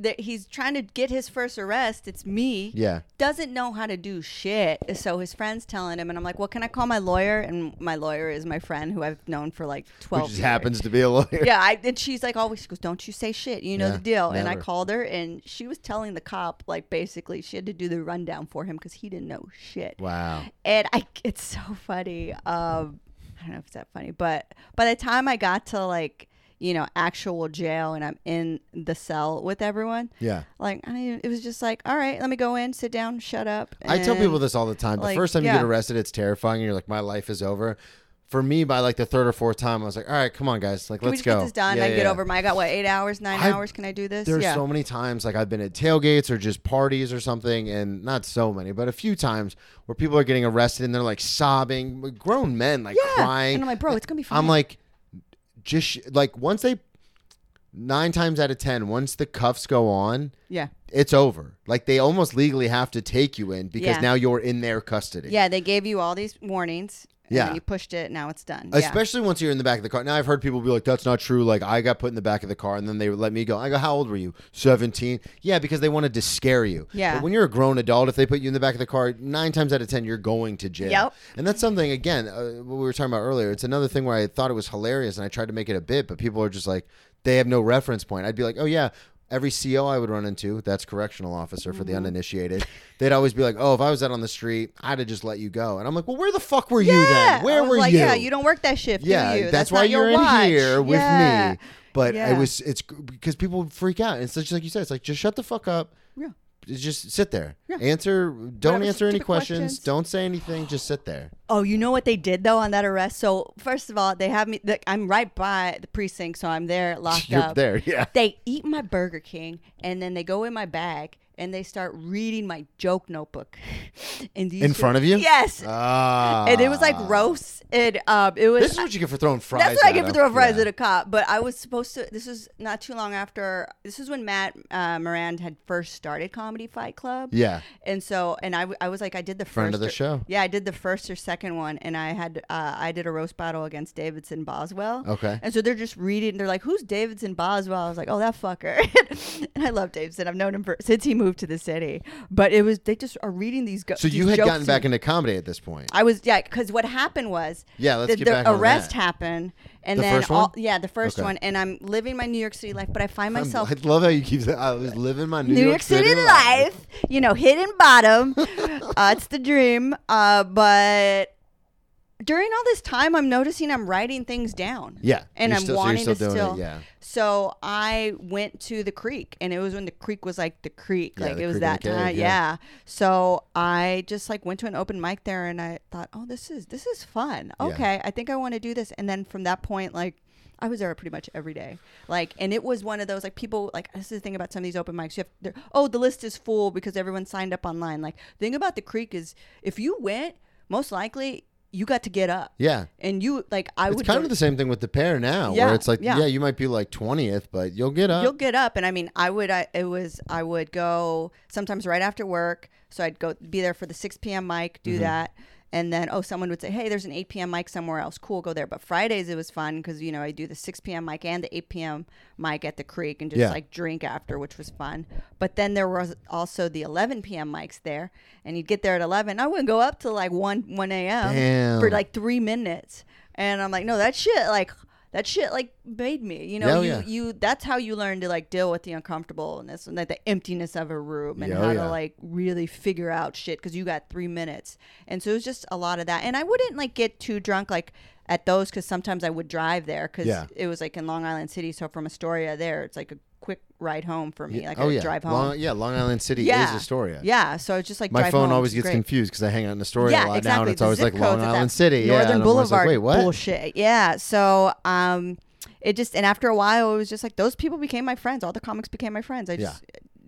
[SPEAKER 4] that he's trying to get his first arrest. It's me.
[SPEAKER 3] Yeah.
[SPEAKER 4] Doesn't know how to do shit. So his friend's telling him, and I'm like, well, can I call my lawyer? And my lawyer is my friend who I've known for like 12
[SPEAKER 3] Which just
[SPEAKER 4] years.
[SPEAKER 3] happens to be a lawyer.
[SPEAKER 4] Yeah, I, and she's like, always, she goes, don't you say shit. You know
[SPEAKER 3] Yeah,
[SPEAKER 4] the deal. And I
[SPEAKER 3] never.
[SPEAKER 4] called her, and she was telling the cop, like, basically, she had to do the rundown for him because he didn't know shit.
[SPEAKER 3] Wow.
[SPEAKER 4] And I, it's so funny. Um, I don't know if it's that funny, but by the time I got to like, you know, actual jail and I'm in the cell with everyone,
[SPEAKER 3] Yeah.
[SPEAKER 4] like I didn't- it was just like, all right, let me go in, sit down, shut up.
[SPEAKER 3] I tell people
[SPEAKER 4] and-
[SPEAKER 3] this all the time. The
[SPEAKER 4] like,
[SPEAKER 3] first time you
[SPEAKER 4] yeah.
[SPEAKER 3] get arrested, it's terrifying. And you're like, my life is over. For me, by like the third or fourth time, I was like, all right, come on, guys. Like,
[SPEAKER 4] Can we
[SPEAKER 3] let's
[SPEAKER 4] just
[SPEAKER 3] go.
[SPEAKER 4] get this done?
[SPEAKER 3] Yeah,
[SPEAKER 4] I
[SPEAKER 3] yeah,
[SPEAKER 4] get
[SPEAKER 3] yeah.
[SPEAKER 4] over my. I got what eight hours, 9
[SPEAKER 3] I've-
[SPEAKER 4] hours. Can I do this?
[SPEAKER 3] There's
[SPEAKER 4] yeah.
[SPEAKER 3] so many times, like I've been at tailgates or just parties or something, and not so many, but a few times where people are getting arrested and they're like sobbing, grown men like
[SPEAKER 4] yeah.
[SPEAKER 3] crying.
[SPEAKER 4] And I'm like, bro, it's gonna be fine.
[SPEAKER 3] I'm like, just sh- like once they, nine times out of ten, once the cuffs go on,
[SPEAKER 4] yeah,
[SPEAKER 3] it's over. Like they almost legally have to take you in because
[SPEAKER 4] Yeah.
[SPEAKER 3] now you're in their custody.
[SPEAKER 4] yeah. They gave you all these warnings. and
[SPEAKER 3] Yeah.
[SPEAKER 4] then you pushed it. Now it's done. Yeah.
[SPEAKER 3] Especially once you're in the back of the car. Now I've heard people be like, "That's not true." Like I got put in the back of the car, and then they let me go. I go, "How old were you?" Seventeen. Yeah, because they wanted to scare you.
[SPEAKER 4] Yeah.
[SPEAKER 3] But when you're a grown adult, if they put you in the back of the car, nine times out of ten, you're going to jail.
[SPEAKER 4] Yep.
[SPEAKER 3] And that's something again uh, what we were talking about earlier. It's another thing where I thought it was hilarious, and I tried to make it a bit, but people are just like, they have no reference point. I'd be like, "Oh yeah." Every CO I would run into, that's correctional officer for the
[SPEAKER 4] Mm-hmm.
[SPEAKER 3] uninitiated, they'd always be like, "Oh, if I was out on the street, I'd have just let you go." And I'm like, "Well, where the fuck were you
[SPEAKER 4] Yeah.
[SPEAKER 3] then? Where
[SPEAKER 4] I was
[SPEAKER 3] were
[SPEAKER 4] like,
[SPEAKER 3] you?"
[SPEAKER 4] Yeah, you don't work that shift. do
[SPEAKER 3] Yeah,
[SPEAKER 4] you?
[SPEAKER 3] that's, why
[SPEAKER 4] not your
[SPEAKER 3] you're in
[SPEAKER 4] watch.
[SPEAKER 3] here with
[SPEAKER 4] Yeah.
[SPEAKER 3] me. But it
[SPEAKER 4] Yeah.
[SPEAKER 3] was it's g- because people freak out. It's such like you said. It's like just shut the fuck up.
[SPEAKER 4] Yeah.
[SPEAKER 3] Just sit there.
[SPEAKER 4] Yeah.
[SPEAKER 3] Answer. Don't
[SPEAKER 4] Whatever
[SPEAKER 3] answer any
[SPEAKER 4] stupid
[SPEAKER 3] questions.
[SPEAKER 4] questions.
[SPEAKER 3] Don't say anything. Just sit there.
[SPEAKER 4] Oh, you know what they did though on that arrest. So first of all, they have me. The, I'm right by the precinct, so I'm there locked
[SPEAKER 3] You're
[SPEAKER 4] up.
[SPEAKER 3] there, yeah.
[SPEAKER 4] They eat my Burger King, and then they go in my bag and they start reading my joke notebook. And these
[SPEAKER 3] In front of you?
[SPEAKER 4] Yes.
[SPEAKER 3] Ah.
[SPEAKER 4] and it was like roasts, and um, it was.
[SPEAKER 3] This is what you get for throwing fries.
[SPEAKER 4] that's what I get for
[SPEAKER 3] him.
[SPEAKER 4] throwing fries
[SPEAKER 3] Yeah.
[SPEAKER 4] at a cop. But I was supposed to. This was not too long after. This is when Matt uh, Moran had first started Comedy Fight Club.
[SPEAKER 3] Yeah.
[SPEAKER 4] And so, and I, w- I was like, I did the
[SPEAKER 3] Friend
[SPEAKER 4] first
[SPEAKER 3] of the
[SPEAKER 4] or-
[SPEAKER 3] show.
[SPEAKER 4] Yeah, I did the first or second one, and I had uh, I did a roast battle against Davidson Boswell.
[SPEAKER 3] Okay.
[SPEAKER 4] And so they're just reading. They're like, "Who's Davidson Boswell?" I was like, "Oh, that fucker." and I love Davidson. I've known him for, since he moved to the city. But it was they just are reading these. Go-
[SPEAKER 3] So you
[SPEAKER 4] these
[SPEAKER 3] had
[SPEAKER 4] jokes
[SPEAKER 3] gotten
[SPEAKER 4] to me.
[SPEAKER 3] back into comedy at this point.
[SPEAKER 4] I was yeah, because what happened was
[SPEAKER 3] Yeah, let's
[SPEAKER 4] the,
[SPEAKER 3] get
[SPEAKER 4] the
[SPEAKER 3] back on
[SPEAKER 4] arrest
[SPEAKER 3] that.
[SPEAKER 4] happened, and
[SPEAKER 3] The
[SPEAKER 4] then
[SPEAKER 3] first
[SPEAKER 4] all
[SPEAKER 3] one?
[SPEAKER 4] yeah, the first
[SPEAKER 3] Okay.
[SPEAKER 4] one, and I'm living my New York City life, but I find
[SPEAKER 3] I'm-
[SPEAKER 4] myself
[SPEAKER 3] I love how you keep. That. I was living my New,
[SPEAKER 4] New, York City, life, you know, hidden bottom. uh, it's the dream. Uh, but during all this time, I'm noticing I'm writing things down.
[SPEAKER 3] Yeah.
[SPEAKER 4] And
[SPEAKER 3] You're
[SPEAKER 4] I'm
[SPEAKER 3] still- so you're
[SPEAKER 4] wanting
[SPEAKER 3] still
[SPEAKER 4] to
[SPEAKER 3] doing it,
[SPEAKER 4] still.
[SPEAKER 3] yeah.
[SPEAKER 4] So I went to the creek, and it was when the creek was like the creek,
[SPEAKER 3] Yeah,
[SPEAKER 4] like
[SPEAKER 3] the
[SPEAKER 4] it was
[SPEAKER 3] creek in the
[SPEAKER 4] that time.
[SPEAKER 3] cave,
[SPEAKER 4] yeah.
[SPEAKER 3] yeah.
[SPEAKER 4] So I just like went to an open mic there, and I thought, oh, this is this is fun.
[SPEAKER 3] Yeah.
[SPEAKER 4] Okay, I think I want to do this. And then from that point, like I was there pretty much every day. Like, and it was one of those like people like this is the thing about some of these open mics. You have they're, oh the list is full because everyone signed up online. Like the thing about the creek is if you went, most likely you got to get up.
[SPEAKER 3] Yeah.
[SPEAKER 4] And you like I
[SPEAKER 3] It's
[SPEAKER 4] would
[SPEAKER 3] kind
[SPEAKER 4] go-
[SPEAKER 3] of the same thing with the pair now,
[SPEAKER 4] Yeah,
[SPEAKER 3] where it's like,
[SPEAKER 4] yeah.
[SPEAKER 3] yeah. you might be like 20th, but you'll get up.
[SPEAKER 4] you'll get up and i mean i would i it was i would go sometimes right after work so i'd go be there for the 6 p.m mic
[SPEAKER 3] Mm-hmm.
[SPEAKER 4] do that and then oh someone would say hey there's an 8 p.m mic somewhere else cool go there but fridays it was fun because you know i do the 6 p.m mic and the 8 p.m mic at the creek and just
[SPEAKER 3] Yeah.
[SPEAKER 4] like drink after which was fun but then there was also the 11 p.m mics there and you'd get there at 11 i wouldn't go up till like 1 1 a.m for
[SPEAKER 3] Damn.
[SPEAKER 4] like three minutes and i'm like no that shit like that shit like made me you know
[SPEAKER 3] Yeah,
[SPEAKER 4] know,
[SPEAKER 3] oh,
[SPEAKER 4] you,
[SPEAKER 3] yeah.
[SPEAKER 4] you that's how you learn to like deal with the uncomfortableness and like the emptiness of a room and
[SPEAKER 3] Yeah, oh,
[SPEAKER 4] how
[SPEAKER 3] yeah.
[SPEAKER 4] to like really figure out shit because you got three minutes and so it was just a lot of that and i wouldn't like get too drunk like at those because sometimes i would drive there because
[SPEAKER 3] Yeah.
[SPEAKER 4] it was like in long island city so from astoria there it's like a quick ride home for me like
[SPEAKER 3] oh,
[SPEAKER 4] a
[SPEAKER 3] yeah.
[SPEAKER 4] drive home
[SPEAKER 3] Long, yeah, Long Island City
[SPEAKER 4] yeah
[SPEAKER 3] is Astoria.
[SPEAKER 4] yeah so it's just like
[SPEAKER 3] My
[SPEAKER 4] drive
[SPEAKER 3] phone
[SPEAKER 4] home,
[SPEAKER 3] always
[SPEAKER 4] it's
[SPEAKER 3] gets
[SPEAKER 4] great.
[SPEAKER 3] confused because I hang out in Astoria a lot now, and it's
[SPEAKER 4] the
[SPEAKER 3] always like
[SPEAKER 4] zip
[SPEAKER 3] Long
[SPEAKER 4] codes of
[SPEAKER 3] Island
[SPEAKER 4] that
[SPEAKER 3] City. yeah,
[SPEAKER 4] Northern
[SPEAKER 3] and I'm always
[SPEAKER 4] Boulevard
[SPEAKER 3] like, Wait, what?
[SPEAKER 4] bullshit. Yeah. So um, it just and after a while, it was just like those people became my friends. All the comics became my friends. I just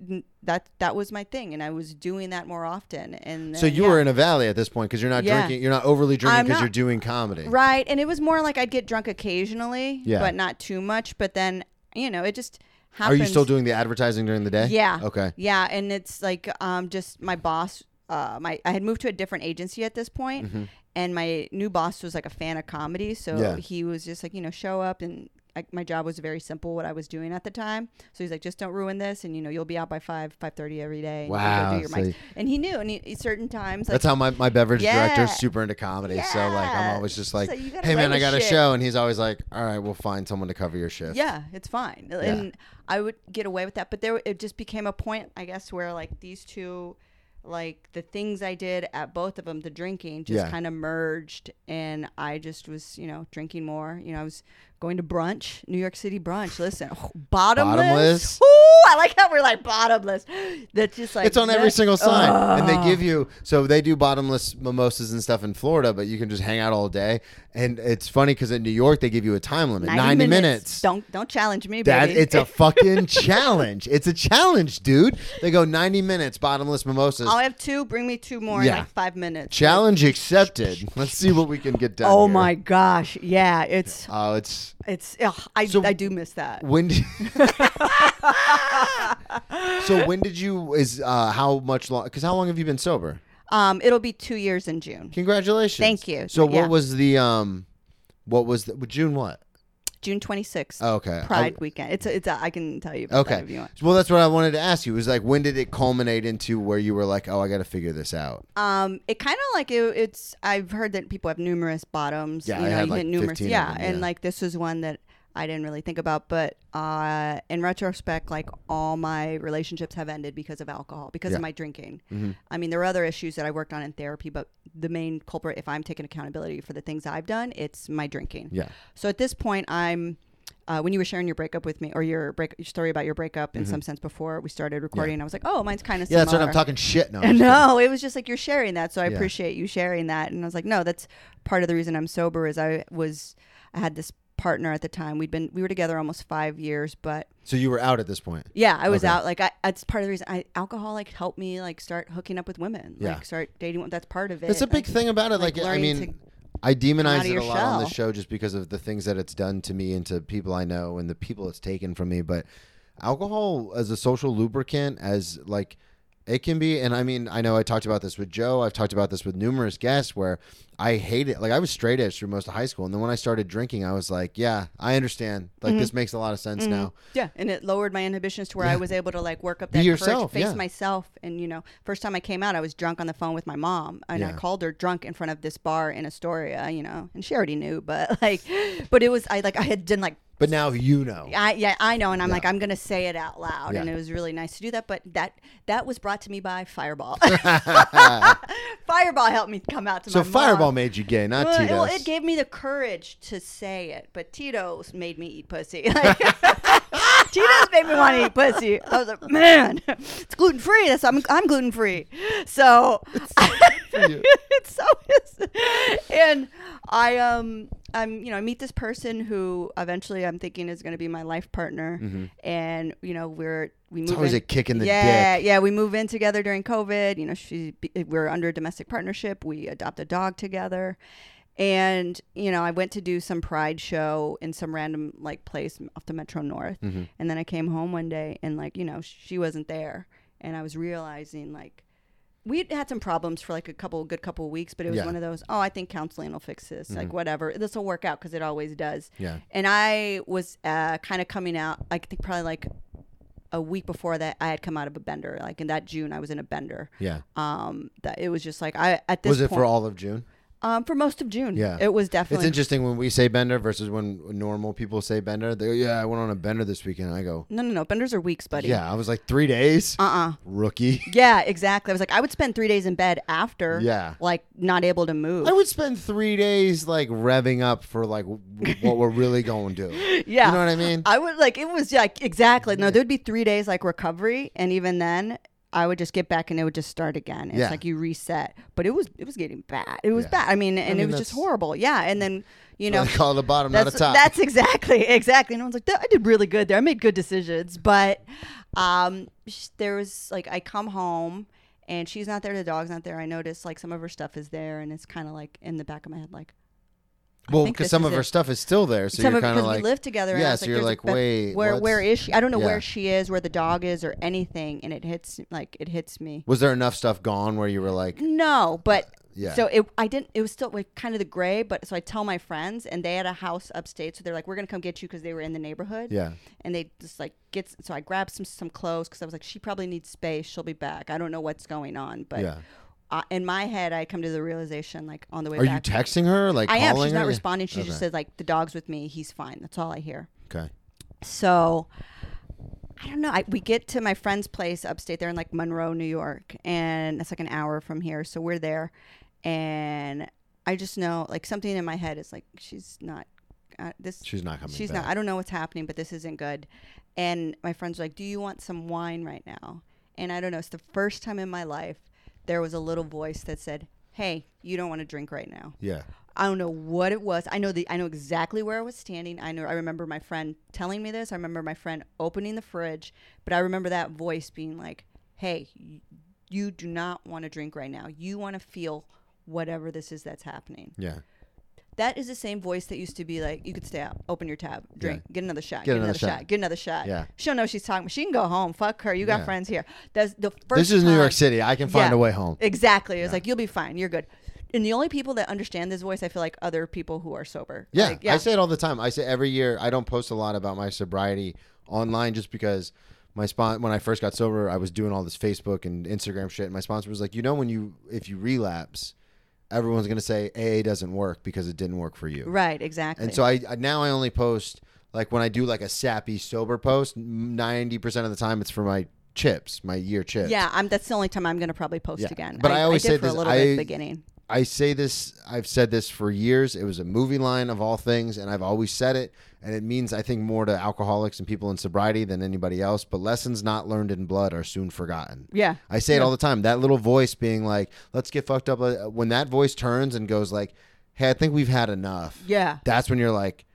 [SPEAKER 4] n- that that was my thing, and I was doing that more often. And
[SPEAKER 3] So
[SPEAKER 4] then,
[SPEAKER 3] you
[SPEAKER 4] yeah.
[SPEAKER 3] were in a valley at this point because you're not
[SPEAKER 4] Yeah.
[SPEAKER 3] drinking, you're not overly drinking
[SPEAKER 4] I'm
[SPEAKER 3] because you're
[SPEAKER 4] not-
[SPEAKER 3] doing comedy.
[SPEAKER 4] right, and it was more like I'd get drunk occasionally,
[SPEAKER 3] Yeah.
[SPEAKER 4] but not too much. But then you know, it just
[SPEAKER 3] Are
[SPEAKER 4] happens.
[SPEAKER 3] you still doing the advertising during the day?
[SPEAKER 4] Yeah.
[SPEAKER 3] Okay.
[SPEAKER 4] Yeah, and it's like um, just my boss. Uh, my I had moved to a different agency at this point, and my new boss was like a fan of comedy, so
[SPEAKER 3] Mm-hmm. Yeah.
[SPEAKER 4] he was just like, you know, show up and. Like my job was very simple, what I was doing at the time. So he's like, just don't ruin this, and you know you'll be out by five, five thirty every day. And you can go
[SPEAKER 3] Wow,
[SPEAKER 4] do your
[SPEAKER 3] so
[SPEAKER 4] mics."
[SPEAKER 3] you-
[SPEAKER 4] And he knew, and he, he- certain times, like,
[SPEAKER 3] That's how my, my beverage director's
[SPEAKER 4] Yeah.
[SPEAKER 3] super into comedy. So like I'm
[SPEAKER 4] Yeah.
[SPEAKER 3] always just
[SPEAKER 4] So
[SPEAKER 3] like,
[SPEAKER 4] you gotta
[SPEAKER 3] hey man,
[SPEAKER 4] write
[SPEAKER 3] I got a
[SPEAKER 4] shit.
[SPEAKER 3] show, and he's always like, all right, we'll find someone to cover your shift.
[SPEAKER 4] Yeah, it's fine. And I would get away with that. But there, it just became a point, I guess, where like these two, like the things I did at both of them, the drinking just
[SPEAKER 3] Yeah.
[SPEAKER 4] kind of merged. And I just was, you know, drinking more. You know, I was going to brunch, New York City brunch. Listen, oh, bottomless.
[SPEAKER 3] Bottomless.
[SPEAKER 4] Ooh, I like how we're like bottomless. That's just like
[SPEAKER 3] It's on every
[SPEAKER 4] that- Oh.
[SPEAKER 3] single sign,
[SPEAKER 4] Ugh.
[SPEAKER 3] and they give you. So they do bottomless mimosas and stuff in Florida, but you can just hang out all day. And it's funny because in New York they give you a time limit,
[SPEAKER 4] 90,
[SPEAKER 3] ninety
[SPEAKER 4] minutes.
[SPEAKER 3] minutes.
[SPEAKER 4] Don't don't challenge me,
[SPEAKER 3] That
[SPEAKER 4] baby.
[SPEAKER 3] it's a fucking challenge. It's a challenge, dude. They go ninety minutes, bottomless mimosas.
[SPEAKER 4] I'll have two. Bring me two more
[SPEAKER 3] Yeah.
[SPEAKER 4] in like five minutes.
[SPEAKER 3] challenge accepted. Let's see what we can get done.
[SPEAKER 4] Oh
[SPEAKER 3] here.
[SPEAKER 4] my gosh! Yeah, it's
[SPEAKER 3] Oh, it's
[SPEAKER 4] It's ugh, I
[SPEAKER 3] So-
[SPEAKER 4] I do miss that.
[SPEAKER 3] when. d- so when did you is uh how much long? Because how long have you been sober?
[SPEAKER 4] Um, it'll be two years in June,
[SPEAKER 3] Congratulations.
[SPEAKER 4] Thank you.
[SPEAKER 3] So
[SPEAKER 4] Yeah.
[SPEAKER 3] what was the um, what was the June what?
[SPEAKER 4] June twenty sixth.
[SPEAKER 3] Okay. Oh, I-
[SPEAKER 4] Pride weekend. It's a, it's a, I can tell you. About That if you
[SPEAKER 3] Okay.
[SPEAKER 4] want.
[SPEAKER 3] Well, that's what I wanted to ask you. It was like when did it culminate into where you were like, oh, I got to figure this out.
[SPEAKER 4] Um, it kind of like it, it's. I've heard that people have numerous bottoms.
[SPEAKER 3] Yeah,
[SPEAKER 4] you
[SPEAKER 3] I
[SPEAKER 4] know,
[SPEAKER 3] had,
[SPEAKER 4] you
[SPEAKER 3] like,
[SPEAKER 4] hit numerous.
[SPEAKER 3] 15 of
[SPEAKER 4] Yeah,
[SPEAKER 3] them,
[SPEAKER 4] and
[SPEAKER 3] yeah.
[SPEAKER 4] like this was one that I didn't really think about, but uh, in retrospect, like all my relationships have ended because of alcohol, because
[SPEAKER 3] Yeah. Mm-hmm.
[SPEAKER 4] of my drinking. I mean, there were other issues that I worked on in therapy, but the main culprit, if I'm taking accountability for the things I've done, it's my drinking.
[SPEAKER 3] Yeah.
[SPEAKER 4] So at this point, I'm. Uh, when you were sharing your breakup with me, or your break your story about your breakup, in some sense, before we started recording, I was like, "Oh, mine's kind of
[SPEAKER 3] Mm-hmm. Yeah,
[SPEAKER 4] similar."
[SPEAKER 3] that's what I'm talking shit. No. I'm
[SPEAKER 4] And
[SPEAKER 3] just kidding.
[SPEAKER 4] no, it was just like you're sharing that, so I
[SPEAKER 3] Yeah.
[SPEAKER 4] appreciate you sharing that. And I was like, no, that's part of the reason I'm sober is I was I had this partner at the time. We'd been we were together almost five years, but
[SPEAKER 3] So you were out at this point.
[SPEAKER 4] yeah, I was
[SPEAKER 3] Okay.
[SPEAKER 4] out. Like I, that's part of the reason. I alcohol like helped me like start hooking up with women.
[SPEAKER 3] Yeah.
[SPEAKER 4] like start dating. That's part of it.
[SPEAKER 3] That's a big
[SPEAKER 4] Like,
[SPEAKER 3] thing about it. Like,
[SPEAKER 4] like
[SPEAKER 3] I
[SPEAKER 4] learning
[SPEAKER 3] mean,
[SPEAKER 4] to
[SPEAKER 3] I demonize
[SPEAKER 4] of
[SPEAKER 3] it
[SPEAKER 4] your
[SPEAKER 3] a lot on the
[SPEAKER 4] shell.
[SPEAKER 3] show just because of the things that it's done to me and to people I know and the people it's taken from me. But alcohol as a social lubricant, as like it can be, and I mean, I know I talked about this with Joe. I've talked about this with numerous guests where I hate it. Like I was straight edge through most of high school, and then when I started drinking, I was like, yeah, I understand. Like
[SPEAKER 4] Mm-hmm.
[SPEAKER 3] this makes a lot of sense now.
[SPEAKER 4] Yeah, and it lowered my inhibitions to where I was able to like work up
[SPEAKER 3] Be
[SPEAKER 4] that
[SPEAKER 3] yourself,
[SPEAKER 4] courage, face
[SPEAKER 3] yeah.
[SPEAKER 4] myself, and you know, first time I came out, I was drunk on the phone with my mom, and I
[SPEAKER 3] Yeah.
[SPEAKER 4] called her drunk in front of this bar in Astoria, you know, and she already knew, but like, but it was I like I had done like
[SPEAKER 3] But now you know.
[SPEAKER 4] I yeah I know, and I'm like I'm gonna say it out loud,
[SPEAKER 3] Yeah.
[SPEAKER 4] and it was really nice to do that. But that that was brought to me by Fireball. Fireball helped me come out to
[SPEAKER 3] So
[SPEAKER 4] my mom.
[SPEAKER 3] Fireball made you gay, not
[SPEAKER 4] Well, it-
[SPEAKER 3] Tito's.
[SPEAKER 4] well, it gave me the courage to say it, but Tito's made me eat pussy. Like, Tito's made me want to eat pussy. I was like, man, it's gluten free. That's I'm I'm gluten free. So it's so is. And I um I'm, you know, I meet this person who eventually I'm thinking is going to be my life partner, and you know, we're we move.
[SPEAKER 3] Mm-hmm. always
[SPEAKER 4] in-
[SPEAKER 3] a kick in the
[SPEAKER 4] yeah,
[SPEAKER 3] dick.
[SPEAKER 4] Yeah, we move in together during COVID. You know, she we're under a domestic partnership. We adopt a dog together, and you know, I went to do some pride show in some random like place off the Metro North,
[SPEAKER 3] Mm-hmm.
[SPEAKER 4] and then I came home one day and like you know she wasn't there, and I was realizing like we had some problems for like a couple good couple of weeks but it was
[SPEAKER 3] Yeah. Mm-hmm.
[SPEAKER 4] one of those oh i think counseling will fix this like whatever this will work out because it always does
[SPEAKER 3] Yeah.
[SPEAKER 4] and i was uh, kind of coming out i think probably like a week before that i had come out of a bender like in that june i was in a bender
[SPEAKER 3] Yeah.
[SPEAKER 4] um that it was just like i at this
[SPEAKER 3] Was it
[SPEAKER 4] point
[SPEAKER 3] for all of June?
[SPEAKER 4] um for most of june
[SPEAKER 3] Yeah.
[SPEAKER 4] it was definitely
[SPEAKER 3] It's interesting when we say bender versus when normal people say bender. They go, yeah, I went on a bender this weekend. I go,
[SPEAKER 4] no no no benders are weeks buddy
[SPEAKER 3] yeah, I was like three days.
[SPEAKER 4] uh-uh
[SPEAKER 3] Rookie.
[SPEAKER 4] yeah exactly i was like i would spend three days in bed after
[SPEAKER 3] Yeah.
[SPEAKER 4] like not able to move
[SPEAKER 3] I would spend three days like revving up for like w- what we're really going to.
[SPEAKER 4] Yeah.
[SPEAKER 3] You know what I mean?
[SPEAKER 4] I would like it was like exactly. No, there'd be three days like recovery, and even then, I would just get back and it would just start again. It's
[SPEAKER 3] Yeah.
[SPEAKER 4] like you reset, but it was it was getting bad. It was
[SPEAKER 3] Yeah.
[SPEAKER 4] bad. I mean,
[SPEAKER 3] mean,
[SPEAKER 4] and it was just
[SPEAKER 3] that's-
[SPEAKER 4] horrible. Yeah, and then you know.
[SPEAKER 3] I call it a bottom, not a
[SPEAKER 4] That's,
[SPEAKER 3] top.
[SPEAKER 4] that's exactly exactly. And I was like, "That- I did really good there. I made good decisions, but um, sh- there was like I come home and she's not there. The dog's not there. I notice like some of her stuff is there, and it's kind of like in the back of my head, like
[SPEAKER 3] well,
[SPEAKER 4] think
[SPEAKER 3] because
[SPEAKER 4] this
[SPEAKER 3] some
[SPEAKER 4] is
[SPEAKER 3] of
[SPEAKER 4] it.
[SPEAKER 3] her stuff is still there, so
[SPEAKER 4] Some
[SPEAKER 3] you're
[SPEAKER 4] of-
[SPEAKER 3] kind of
[SPEAKER 4] because
[SPEAKER 3] like
[SPEAKER 4] we live together. and I
[SPEAKER 3] Yeah,
[SPEAKER 4] was
[SPEAKER 3] so you're
[SPEAKER 4] "There's a
[SPEAKER 3] like,
[SPEAKER 4] bed-
[SPEAKER 3] wait,
[SPEAKER 4] where
[SPEAKER 3] what's-
[SPEAKER 4] where is she? I don't know
[SPEAKER 3] Yeah.
[SPEAKER 4] where she is, where the dog is, or anything, and it hits like it hits me.
[SPEAKER 3] Was there enough stuff gone where you were like,
[SPEAKER 4] No, but
[SPEAKER 3] Yeah.
[SPEAKER 4] Mm-hmm. So it, I didn't. It was still like kind of the gray, but so I tell my friends, and they had a house upstate, so they're like, "We're gonna come get you" because they were in the neighborhood.
[SPEAKER 3] yeah,
[SPEAKER 4] And they just like get. So I grabbed some some clothes because I was like, "She probably needs space. She'll be back." I don't know what's going on, but
[SPEAKER 3] Yeah.
[SPEAKER 4] uh, in my head, I come to the realization like on the way
[SPEAKER 3] are you
[SPEAKER 4] back.
[SPEAKER 3] texting her? Like,
[SPEAKER 4] I am.
[SPEAKER 3] calling
[SPEAKER 4] She's not
[SPEAKER 3] her?
[SPEAKER 4] responding. She
[SPEAKER 3] Okay.
[SPEAKER 4] just said like, "The dog's with me. He's fine." That's all I hear.
[SPEAKER 3] Okay.
[SPEAKER 4] So I don't know. I, we get to my friend's place upstate. They're in like Monroe, New York, and that's like an hour from here. So we're there, and I just know like something in my head is like she's not uh, this.
[SPEAKER 3] She's not coming.
[SPEAKER 4] She's
[SPEAKER 3] back.
[SPEAKER 4] not. I don't know what's happening, but this isn't good. And my friends were like, "Do you want some wine right now?" And I don't know. It's the first time in my life there was a little voice that said, "Hey, you don't want to drink right now."
[SPEAKER 3] Yeah.
[SPEAKER 4] I don't know what it was. I know the I know exactly where I was standing. I know I remember my friend telling me this. I remember my friend opening the fridge, but I remember that voice being like, "Hey, y- you do not want to drink right now. You want to feel whatever this is that's happening."
[SPEAKER 3] Yeah.
[SPEAKER 4] That is the same voice that used to be like, "You could stay out, open your tab, drink, get another shot,
[SPEAKER 3] Get
[SPEAKER 4] get,
[SPEAKER 3] another
[SPEAKER 4] another,
[SPEAKER 3] shot.
[SPEAKER 4] shot. get another shot."
[SPEAKER 3] Yeah.
[SPEAKER 4] she'll know she's talking. She can go home. Fuck her. You got
[SPEAKER 3] Yeah.
[SPEAKER 4] friends here. That's the first.
[SPEAKER 3] This is New York
[SPEAKER 4] time-
[SPEAKER 3] City. I can find
[SPEAKER 4] yeah.
[SPEAKER 3] a way home.
[SPEAKER 4] Exactly. It was like you'll be fine. You're good. And the only people that understand this voice, I feel like, other people who are sober.
[SPEAKER 3] Yeah,
[SPEAKER 4] Like,
[SPEAKER 3] I say it all the time. I say every year I don't post a lot about my sobriety online just because my spon when I first got sober, I was doing all this Facebook and Instagram shit and my sponsor was like, "You know when you if you relapse, everyone's going to say AA doesn't work because it didn't work for you."
[SPEAKER 4] right. Exactly.
[SPEAKER 3] And so I, I now I only post like when I do like a sappy sober post, 90% of the time it's for my chips, my year chips.
[SPEAKER 4] yeah, I'm. That's the only time I'm going to probably post
[SPEAKER 3] Yeah.
[SPEAKER 4] again.
[SPEAKER 3] But I always
[SPEAKER 4] did
[SPEAKER 3] say
[SPEAKER 4] for
[SPEAKER 3] this,
[SPEAKER 4] a little bit at
[SPEAKER 3] I-
[SPEAKER 4] the beginning.
[SPEAKER 3] I say this, I've said this for years. It was a movie line of all things, and I've always said it. And it means, I think, more to alcoholics and people in sobriety than anybody else. But lessons not learned in blood are soon forgotten.
[SPEAKER 4] Yeah.
[SPEAKER 3] I say it all the time. That little voice being like, let's get fucked up. uh, When that voice turns and goes, like, hey, I think we've had enough.
[SPEAKER 4] Yeah.
[SPEAKER 3] That's when you're like,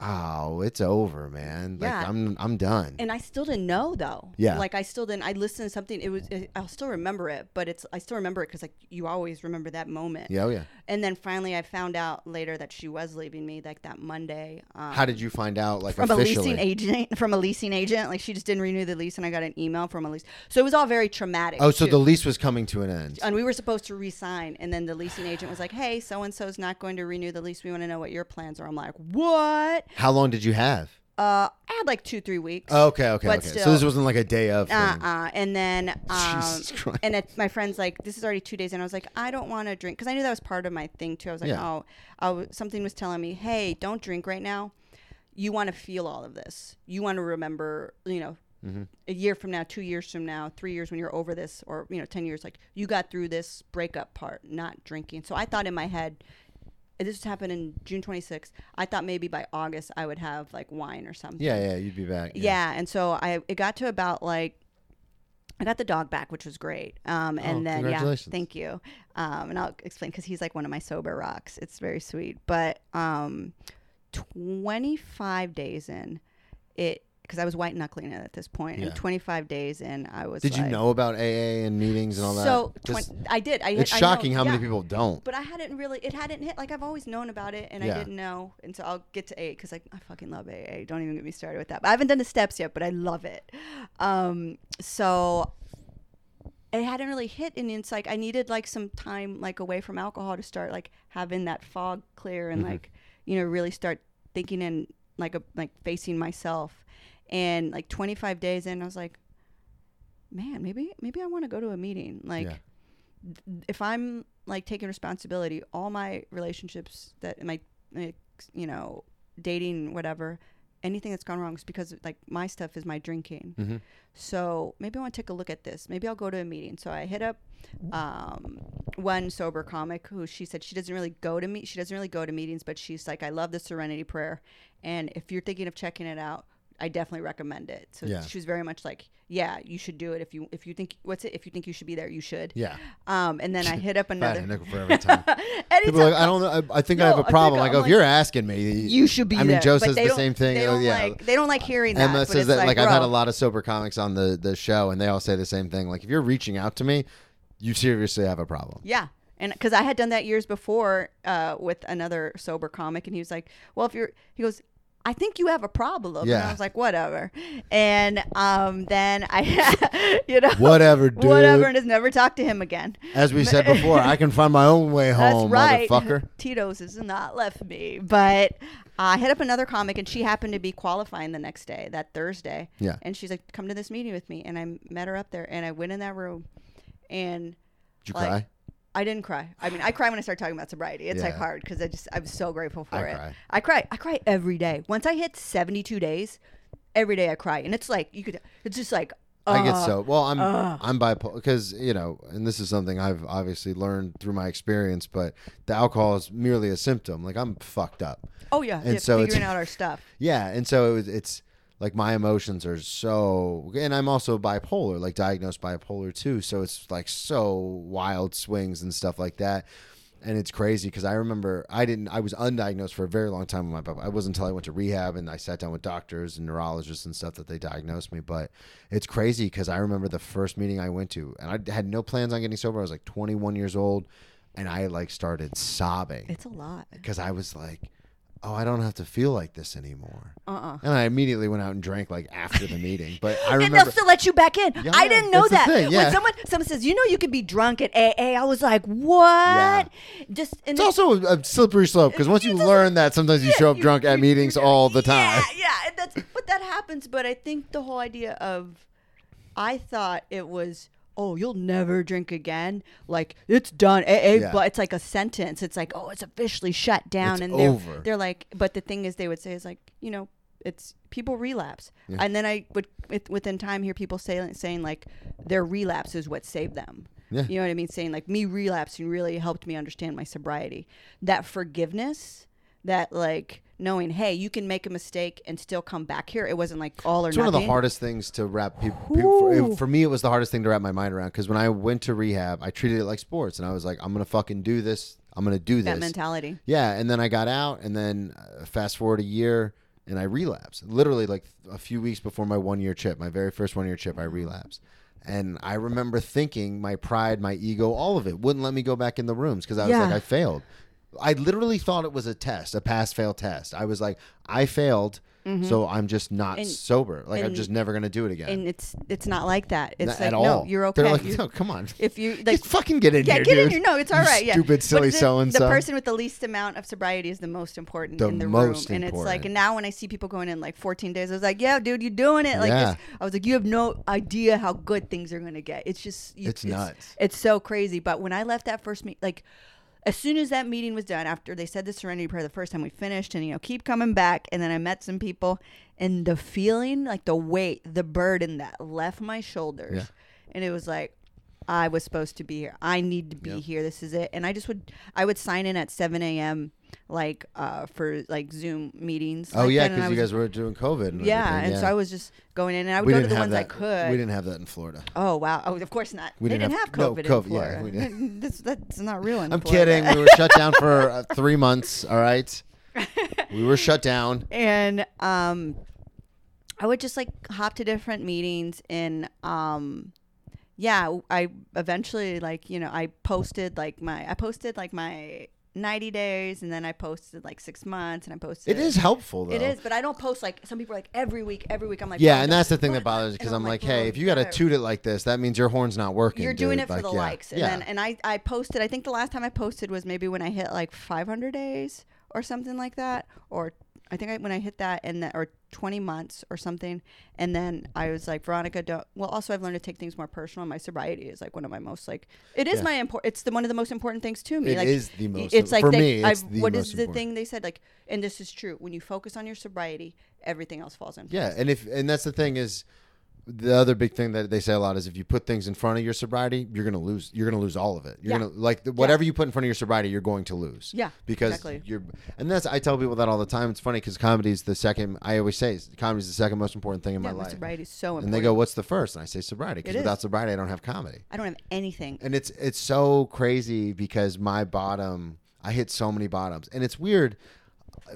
[SPEAKER 3] oh, it's over, man. Like,
[SPEAKER 4] Yeah.
[SPEAKER 3] I'm, I'm done.
[SPEAKER 4] And I still didn't know though.
[SPEAKER 3] Yeah.
[SPEAKER 4] Like I still didn't. I listened to something. It was. It, I'll still remember it. But it's. I still remember it because like you always remember that moment.
[SPEAKER 3] yeah, oh, yeah.
[SPEAKER 4] And then finally, I found out later that she was leaving me like that Monday. Um,
[SPEAKER 3] How did you find out, like,
[SPEAKER 4] from
[SPEAKER 3] officially?
[SPEAKER 4] a leasing agent from a leasing agent like she just didn't renew the lease and i got an email from a lease so it was all very traumatic
[SPEAKER 3] Oh, so
[SPEAKER 4] too.
[SPEAKER 3] the lease was coming to an end.
[SPEAKER 4] and we were supposed to re-sign and then the leasing agent was like hey so and so's not going to renew the lease we want to know what your plans are i'm like what
[SPEAKER 3] How long did you have?
[SPEAKER 4] uh i had like two three weeks
[SPEAKER 3] Oh, Okay, okay,
[SPEAKER 4] But
[SPEAKER 3] okay. so
[SPEAKER 4] still-
[SPEAKER 3] this wasn't like a day of. thing.
[SPEAKER 4] uh-uh. and then um,
[SPEAKER 3] Jesus Christ.
[SPEAKER 4] and it, my friend's like this is already two days and i was like i don't want to drink because i knew that was part of my thing too i was like
[SPEAKER 3] Yeah.
[SPEAKER 4] oh I w- something was telling me hey don't drink right now you want to feel all of this you want to remember you know
[SPEAKER 3] Mm-hmm.
[SPEAKER 4] a year from now two years from now three years when you're over this or you know 10 years like you got through this breakup part not drinking so i thought in my head and this happened in june 26th i thought maybe by august i would have like wine or something
[SPEAKER 3] Yeah, yeah, you'd be back.
[SPEAKER 4] yeah. and so I it got to about like I got the dog back, which was great. Um, and
[SPEAKER 3] Oh,
[SPEAKER 4] then
[SPEAKER 3] congratulations.
[SPEAKER 4] yeah, thank you. Um, and I'll explain because he's like one of my sober rocks. It's very sweet. But um, 25 days in, it because I was white knuckling it at this point,
[SPEAKER 3] Yeah.
[SPEAKER 4] And 25 days in, I was.
[SPEAKER 3] Did you
[SPEAKER 4] like-
[SPEAKER 3] know about AA and meetings and all that?
[SPEAKER 4] So
[SPEAKER 3] 'Cause
[SPEAKER 4] 20, I did. I
[SPEAKER 3] it's
[SPEAKER 4] I know,
[SPEAKER 3] shocking how many
[SPEAKER 4] yeah.
[SPEAKER 3] people don't.
[SPEAKER 4] But I hadn't really, it hadn't hit. Like I've always known about it, and
[SPEAKER 3] Yeah.
[SPEAKER 4] I didn't know. And so I'll get to eight because like I fucking love AA. Don't even get me started with that. But I haven't done the steps yet, but I love it. Um, so it hadn't really hit, and it's like I needed like some time like away from alcohol to start like having that fog clear
[SPEAKER 3] Mm-hmm.
[SPEAKER 4] and like you know really start thinking and like a, like facing myself. And like 25 days in, I was like, man, maybe maybe I want to go to a meeting. Like
[SPEAKER 3] Yeah.
[SPEAKER 4] if I'm like taking responsibility, all my relationships that my, my you know dating whatever, anything that's gone wrong is because like my stuff is my drinking.
[SPEAKER 3] Mhm.
[SPEAKER 4] So maybe I want to take a look at this. Maybe I'll go to a meeting. So I hit up um, one sober comic who she said she doesn't really go to meet. She doesn't really go to meetings, but she's like, I love the Serenity Prayer, and if you're thinking of checking it out. I definitely recommend it. So
[SPEAKER 3] Yeah.
[SPEAKER 4] she was very much like, "Yeah, you should do it if you if you think what's it if you think you should be there, you should."
[SPEAKER 3] yeah.
[SPEAKER 4] Um, and then I hit up
[SPEAKER 3] Bad a
[SPEAKER 4] another.
[SPEAKER 3] nickel for every time. People are
[SPEAKER 4] Anytime-
[SPEAKER 3] like, I don't know. I, I think I
[SPEAKER 4] No,
[SPEAKER 3] have a
[SPEAKER 4] I
[SPEAKER 3] problem.
[SPEAKER 4] think
[SPEAKER 3] I go,
[SPEAKER 4] I'm
[SPEAKER 3] if you're
[SPEAKER 4] like,
[SPEAKER 3] asking me,
[SPEAKER 4] you should be
[SPEAKER 3] I mean,
[SPEAKER 4] there.
[SPEAKER 3] Joe
[SPEAKER 4] But
[SPEAKER 3] says
[SPEAKER 4] they
[SPEAKER 3] the
[SPEAKER 4] don't-
[SPEAKER 3] same thing.
[SPEAKER 4] They
[SPEAKER 3] Oh,
[SPEAKER 4] don't,
[SPEAKER 3] yeah.
[SPEAKER 4] like, they don't like hearing that.
[SPEAKER 3] Emma
[SPEAKER 4] but
[SPEAKER 3] says
[SPEAKER 4] it's
[SPEAKER 3] that. Like, I've had a
[SPEAKER 4] bro,
[SPEAKER 3] lot of sober comics on the the show, and they all say the same thing. Like, if you're reaching out to me, you seriously have a problem.
[SPEAKER 4] Yeah. And because I had done that years before uh, with another sober comic, and he was like, "Well, if you're," he goes, "I think you have a problem." And
[SPEAKER 3] Yeah.
[SPEAKER 4] I was like, "Whatever." And um, then I, you know,
[SPEAKER 3] Whatever, dude.
[SPEAKER 4] whatever, and has never talked to him again.
[SPEAKER 3] As we said before, I can find my own way home,
[SPEAKER 4] That's right.
[SPEAKER 3] motherfucker.
[SPEAKER 4] Tito's has not left me. But I hit up another comic, and she happened to be qualifying the next day, that Thursday.
[SPEAKER 3] Yeah.
[SPEAKER 4] And she's like, "Come to this meeting with me," and I met her up there, and I went in that room, and
[SPEAKER 3] Did you
[SPEAKER 4] like,
[SPEAKER 3] cry?
[SPEAKER 4] I didn't cry. I mean, I cry when I start talking about sobriety. It's like
[SPEAKER 3] Yeah.
[SPEAKER 4] hard because I just I'm so grateful for
[SPEAKER 3] I
[SPEAKER 4] it.
[SPEAKER 3] cry.
[SPEAKER 4] I cry. I cry every day. Once I hit 72 days, every day I cry, and it's like you could. It's just like
[SPEAKER 3] I get
[SPEAKER 4] uh,
[SPEAKER 3] so well. I'm I'm bipolar because you know, and this is something I've obviously learned through my experience. But the alcohol is merely a symptom. Like I'm fucked up.
[SPEAKER 4] Oh yeah,
[SPEAKER 3] And
[SPEAKER 4] yeah,
[SPEAKER 3] so it's-
[SPEAKER 4] figuring out our stuff.
[SPEAKER 3] Yeah, and so it was, it's like my emotions are so, and I'm also bipolar, like diagnosed bipolar too. So it's like so wild swings and stuff like that, and it's crazy because I remember I didn't, I was undiagnosed for a very long time with my bipolar. I wasn't until I went to rehab and I sat down with doctors and neurologists and stuff that they diagnosed me. But it's crazy because I remember the first meeting I went to, and I had no plans on getting sober. I was like 21 years old, and I like started sobbing
[SPEAKER 4] It's a lot.
[SPEAKER 3] because I was like, oh, I don't have to feel like this anymore.
[SPEAKER 4] Uh-uh.
[SPEAKER 3] And I immediately went out and drank like after the meeting. But I
[SPEAKER 4] And they'll
[SPEAKER 3] remember.
[SPEAKER 4] still let you back in.
[SPEAKER 3] Yeah,
[SPEAKER 4] I didn't know
[SPEAKER 3] that's
[SPEAKER 4] that.
[SPEAKER 3] the thing, yeah.
[SPEAKER 4] When someone someone says, "You know, you could be drunk at AA," I was like, "What?" Just and
[SPEAKER 3] It's also a slippery slope because once you learn that, sometimes you show up
[SPEAKER 4] you-
[SPEAKER 3] drunk at
[SPEAKER 4] you-
[SPEAKER 3] meetings
[SPEAKER 4] you-
[SPEAKER 3] all the time.
[SPEAKER 4] Yeah, yeah, and that's but that happens. But I think the whole idea of, I thought it was, oh, you'll never drink again. Like it's done. AA,
[SPEAKER 3] Yeah.
[SPEAKER 4] but it's like a sentence. It's like, oh, it's officially shut down,
[SPEAKER 3] It's
[SPEAKER 4] and
[SPEAKER 3] over.
[SPEAKER 4] they're they're like. But the thing is, they would say is like, you know, it's people relapse, and then I would with, within time hear people say saying like, their relapse is what saved them.
[SPEAKER 3] Yeah.
[SPEAKER 4] You know what I mean? Saying like me relapsing really helped me understand my sobriety. That forgiveness, that like knowing, hey, you can make a mistake and still come back here. It wasn't like all or
[SPEAKER 3] It's one of
[SPEAKER 4] nothing.
[SPEAKER 3] the hardest things to wrap people. for, it-
[SPEAKER 4] Whew.
[SPEAKER 3] for me, it was the hardest thing to wrap my mind around because when I went to rehab, I treated it like sports, and I was like, "I'm gonna fucking do this. I'm gonna do
[SPEAKER 4] that
[SPEAKER 3] this."
[SPEAKER 4] mentality.
[SPEAKER 3] Yeah, and then I got out, and then uh, fast forward a year, and I relapsed. Literally, like a few weeks before my one year chip, my very first one year chip, I relapsed. And I remember thinking my pride, my ego, all of it wouldn't let me go back in the rooms because I was
[SPEAKER 4] Yeah.
[SPEAKER 3] like, I failed. I literally thought it was a test, a pass fail test. I was like, I failed, so I'm just not
[SPEAKER 4] Mm-hmm. And-
[SPEAKER 3] sober. Like, I'm
[SPEAKER 4] and-
[SPEAKER 3] just never going to do it again.
[SPEAKER 4] And it's it's not like that. It's
[SPEAKER 3] Not
[SPEAKER 4] like
[SPEAKER 3] at
[SPEAKER 4] no,
[SPEAKER 3] all.
[SPEAKER 4] you're okay.
[SPEAKER 3] They're like,
[SPEAKER 4] You-
[SPEAKER 3] no, come on.
[SPEAKER 4] if you like
[SPEAKER 3] Just fucking get in
[SPEAKER 4] yeah,
[SPEAKER 3] here.
[SPEAKER 4] get in
[SPEAKER 3] dude.
[SPEAKER 4] here. No, it's all
[SPEAKER 3] You
[SPEAKER 4] right. Yeah,
[SPEAKER 3] Stupid, silly
[SPEAKER 4] But the-
[SPEAKER 3] so and so.
[SPEAKER 4] The person with the least amount of sobriety is the most important
[SPEAKER 3] The
[SPEAKER 4] in the
[SPEAKER 3] most
[SPEAKER 4] room, and it's like.
[SPEAKER 3] important.
[SPEAKER 4] And now when I see people going in like 14 days, I was like, "Yeah, dude, you're doing it." Like
[SPEAKER 3] Yeah.
[SPEAKER 4] this, I was like, "You have no idea how good things are gonna get." It's just you,
[SPEAKER 3] It's nuts.
[SPEAKER 4] It's so crazy. But when I left that first meet, like. As soon as that meeting was done, after they said the serenity prayer the first time we finished, and you know, keep coming back, and then I met some people, and the feeling, like the weight, the burden that left my shoulders, and it was like, I was supposed to be here. I need to be here. This is it. And I just would I would sign in at seven a.m. like uh, for like Zoom meetings.
[SPEAKER 3] Oh
[SPEAKER 4] like
[SPEAKER 3] yeah,
[SPEAKER 4] then, and I
[SPEAKER 3] because you
[SPEAKER 4] was-
[SPEAKER 3] guys were doing COVID. And
[SPEAKER 4] Yeah,
[SPEAKER 3] everything,
[SPEAKER 4] and so I was just going in, and I would
[SPEAKER 3] we
[SPEAKER 4] go to
[SPEAKER 3] didn't
[SPEAKER 4] the
[SPEAKER 3] have
[SPEAKER 4] ones
[SPEAKER 3] that.
[SPEAKER 4] I could.
[SPEAKER 3] We didn't have that in Florida.
[SPEAKER 4] Oh wow! Oh, of course not.
[SPEAKER 3] We
[SPEAKER 4] they
[SPEAKER 3] didn't
[SPEAKER 4] didn't
[SPEAKER 3] have-
[SPEAKER 4] have,
[SPEAKER 3] no,
[SPEAKER 4] COVID. in
[SPEAKER 3] COVID, yeah,
[SPEAKER 4] Florida.
[SPEAKER 3] we didn't.
[SPEAKER 4] that's, that's not real. In
[SPEAKER 3] I'm
[SPEAKER 4] Florida.
[SPEAKER 3] kidding. We were shut down for uh, three months. All right, we were shut down.
[SPEAKER 4] and um, I would just like hop to different meetings, and um, yeah, I eventually like you know I posted like my I posted like my 90 days, and then I posted like six months, and I posted
[SPEAKER 3] It is helpful though.
[SPEAKER 4] It is, but I don't post like some people are like every week, every week. I'm like,
[SPEAKER 3] Yeah,
[SPEAKER 4] "Oh,
[SPEAKER 3] and
[SPEAKER 4] no."
[SPEAKER 3] that's the thing that
[SPEAKER 4] And
[SPEAKER 3] bothers because I'm like, hey,
[SPEAKER 4] "Oh,
[SPEAKER 3] if you got to
[SPEAKER 4] no."
[SPEAKER 3] toot it like this, that means your horn's not working.
[SPEAKER 4] you're doing
[SPEAKER 3] dude."
[SPEAKER 4] it for
[SPEAKER 3] Like,
[SPEAKER 4] the
[SPEAKER 3] yeah.
[SPEAKER 4] likes, and
[SPEAKER 3] yeah.
[SPEAKER 4] then and I I posted. I think the last time I posted was maybe when I hit like 500 days or something like that, or I think I, when I hit that and that or 20 months or something, and then I was like, Veronica, don't. Well, also I've learned to take things more personal. My sobriety is like one of my most like it is
[SPEAKER 3] Yeah.
[SPEAKER 4] my important. It's the one of the most important things to me.
[SPEAKER 3] It
[SPEAKER 4] like,
[SPEAKER 3] is the most-
[SPEAKER 4] It's like
[SPEAKER 3] for
[SPEAKER 4] they-
[SPEAKER 3] me, it's
[SPEAKER 4] I've-
[SPEAKER 3] the
[SPEAKER 4] what is
[SPEAKER 3] most
[SPEAKER 4] the
[SPEAKER 3] important.
[SPEAKER 4] thing they said like, and this is true. When you focus on your sobriety, everything else falls in.
[SPEAKER 3] Yeah, and if and that's the thing is the other big thing that they say a lot is if you put things in front of your sobriety, you're gonna lose. You're gonna lose all of it. You're
[SPEAKER 4] Yeah.
[SPEAKER 3] gonna like the- whatever you put in front of your sobriety, you're going to lose.
[SPEAKER 4] Yeah,
[SPEAKER 3] because
[SPEAKER 4] exactly.
[SPEAKER 3] you're. And that's I tell people that all the time. It's funny because comedy is the second. I always say is- comedy is the second most important thing in
[SPEAKER 4] Yeah,
[SPEAKER 3] my
[SPEAKER 4] my
[SPEAKER 3] life.
[SPEAKER 4] sobriety is so important.
[SPEAKER 3] And they go, "What's the first? And I say sobriety because
[SPEAKER 4] It is.
[SPEAKER 3] without sobriety, I don't have comedy.
[SPEAKER 4] I don't have anything.
[SPEAKER 3] and it's it's so crazy because my bottom I hit so many bottoms and it's weird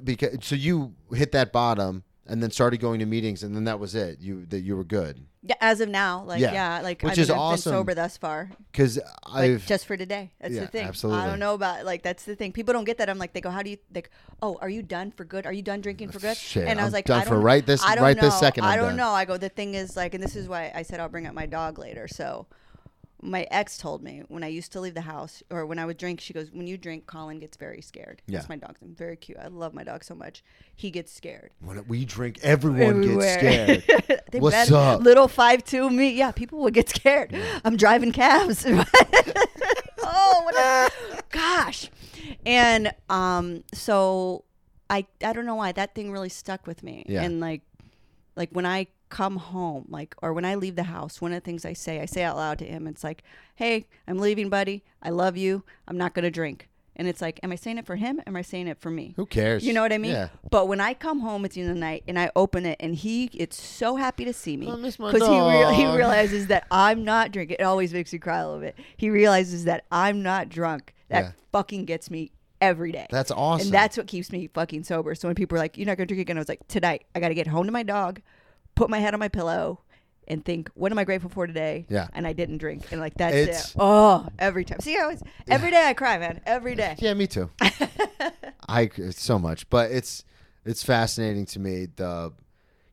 [SPEAKER 3] because so you hit that bottom and then started going to meetings and then that was it you that you were good
[SPEAKER 4] Yeah, as of now, like
[SPEAKER 3] Yeah.
[SPEAKER 4] yeah, like
[SPEAKER 3] Which
[SPEAKER 4] I mean,
[SPEAKER 3] is
[SPEAKER 4] I've
[SPEAKER 3] awesome.
[SPEAKER 4] been sober thus far,
[SPEAKER 3] because
[SPEAKER 4] like
[SPEAKER 3] I've
[SPEAKER 4] just for today. That's
[SPEAKER 3] Yeah,
[SPEAKER 4] the thing.
[SPEAKER 3] absolutely.
[SPEAKER 4] I don't know about like that's the thing. People don't get that. I'm like they go, how do you like? Oh, are you done for good? Are you done drinking for good?
[SPEAKER 3] Shit,
[SPEAKER 4] and I
[SPEAKER 3] I'm
[SPEAKER 4] was like,
[SPEAKER 3] done
[SPEAKER 4] I
[SPEAKER 3] for
[SPEAKER 4] don't,
[SPEAKER 3] right this-
[SPEAKER 4] I don't
[SPEAKER 3] right this
[SPEAKER 4] know.
[SPEAKER 3] second I'm
[SPEAKER 4] I don't
[SPEAKER 3] done.
[SPEAKER 4] know. I go. The thing is like, and this is why I said I'll bring up my dog later. So. My ex told me when I used to leave the house or when I would drink, she goes, When you drink, Colin gets very scared.
[SPEAKER 3] Yeah.
[SPEAKER 4] That's my dog. I'm very cute. I love my dog so much. He gets scared.
[SPEAKER 3] when we drink everyone gets
[SPEAKER 4] Everywhere.
[SPEAKER 3] scared
[SPEAKER 4] They
[SPEAKER 3] What's
[SPEAKER 4] bet-
[SPEAKER 3] up?
[SPEAKER 4] Little five two me. Yeah, people would get scared. I'm driving cabs. oh, what a, gosh. And um, so I I don't know why that thing really stuck with me.
[SPEAKER 3] Yeah.
[SPEAKER 4] And like like when I come home, like or when I leave the house, one of the things I say, I say out loud to him, it's like, Hey, I'm leaving, buddy. I love you. I'm not gonna drink. And it's like, am I saying it for him? Am I saying it for me?
[SPEAKER 3] who cares
[SPEAKER 4] You know what I mean?
[SPEAKER 3] yeah
[SPEAKER 4] But when I come home at the end of the night and I open it and he it's so happy to see me
[SPEAKER 3] I miss my
[SPEAKER 4] he rea- he
[SPEAKER 3] dog.
[SPEAKER 4] realizes that I'm not drinking. It always makes me cry a little bit. He realizes that I'm not drunk. That
[SPEAKER 3] Yeah.
[SPEAKER 4] fucking gets me every day.
[SPEAKER 3] that's awesome
[SPEAKER 4] And that's what keeps me fucking sober. So when people are like, "You're not gonna drink again," I was like, "Tonight, I gotta get home to my dog, put my head on my pillow." And think, what am I grateful for today?
[SPEAKER 3] Yeah.
[SPEAKER 4] and I didn't drink, and like that's
[SPEAKER 3] It's-
[SPEAKER 4] it. Oh, every time. See, I always every day I cry, man. Every day.
[SPEAKER 3] Yeah, me too. I it's so much, but it's it's fascinating to me the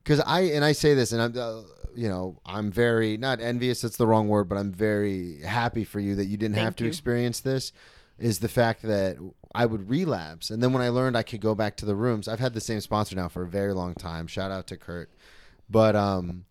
[SPEAKER 3] because I and I say this and I'm uh, you know I'm very not envious. That's the wrong word, but I'm very happy for you that you didn't have
[SPEAKER 4] Thank
[SPEAKER 3] to
[SPEAKER 4] you.
[SPEAKER 3] experience this. Is the fact that I would relapse, and then when I learned I could go back to the rooms, I've had the same sponsor now for a very long time. Shout out to Kurt, but um,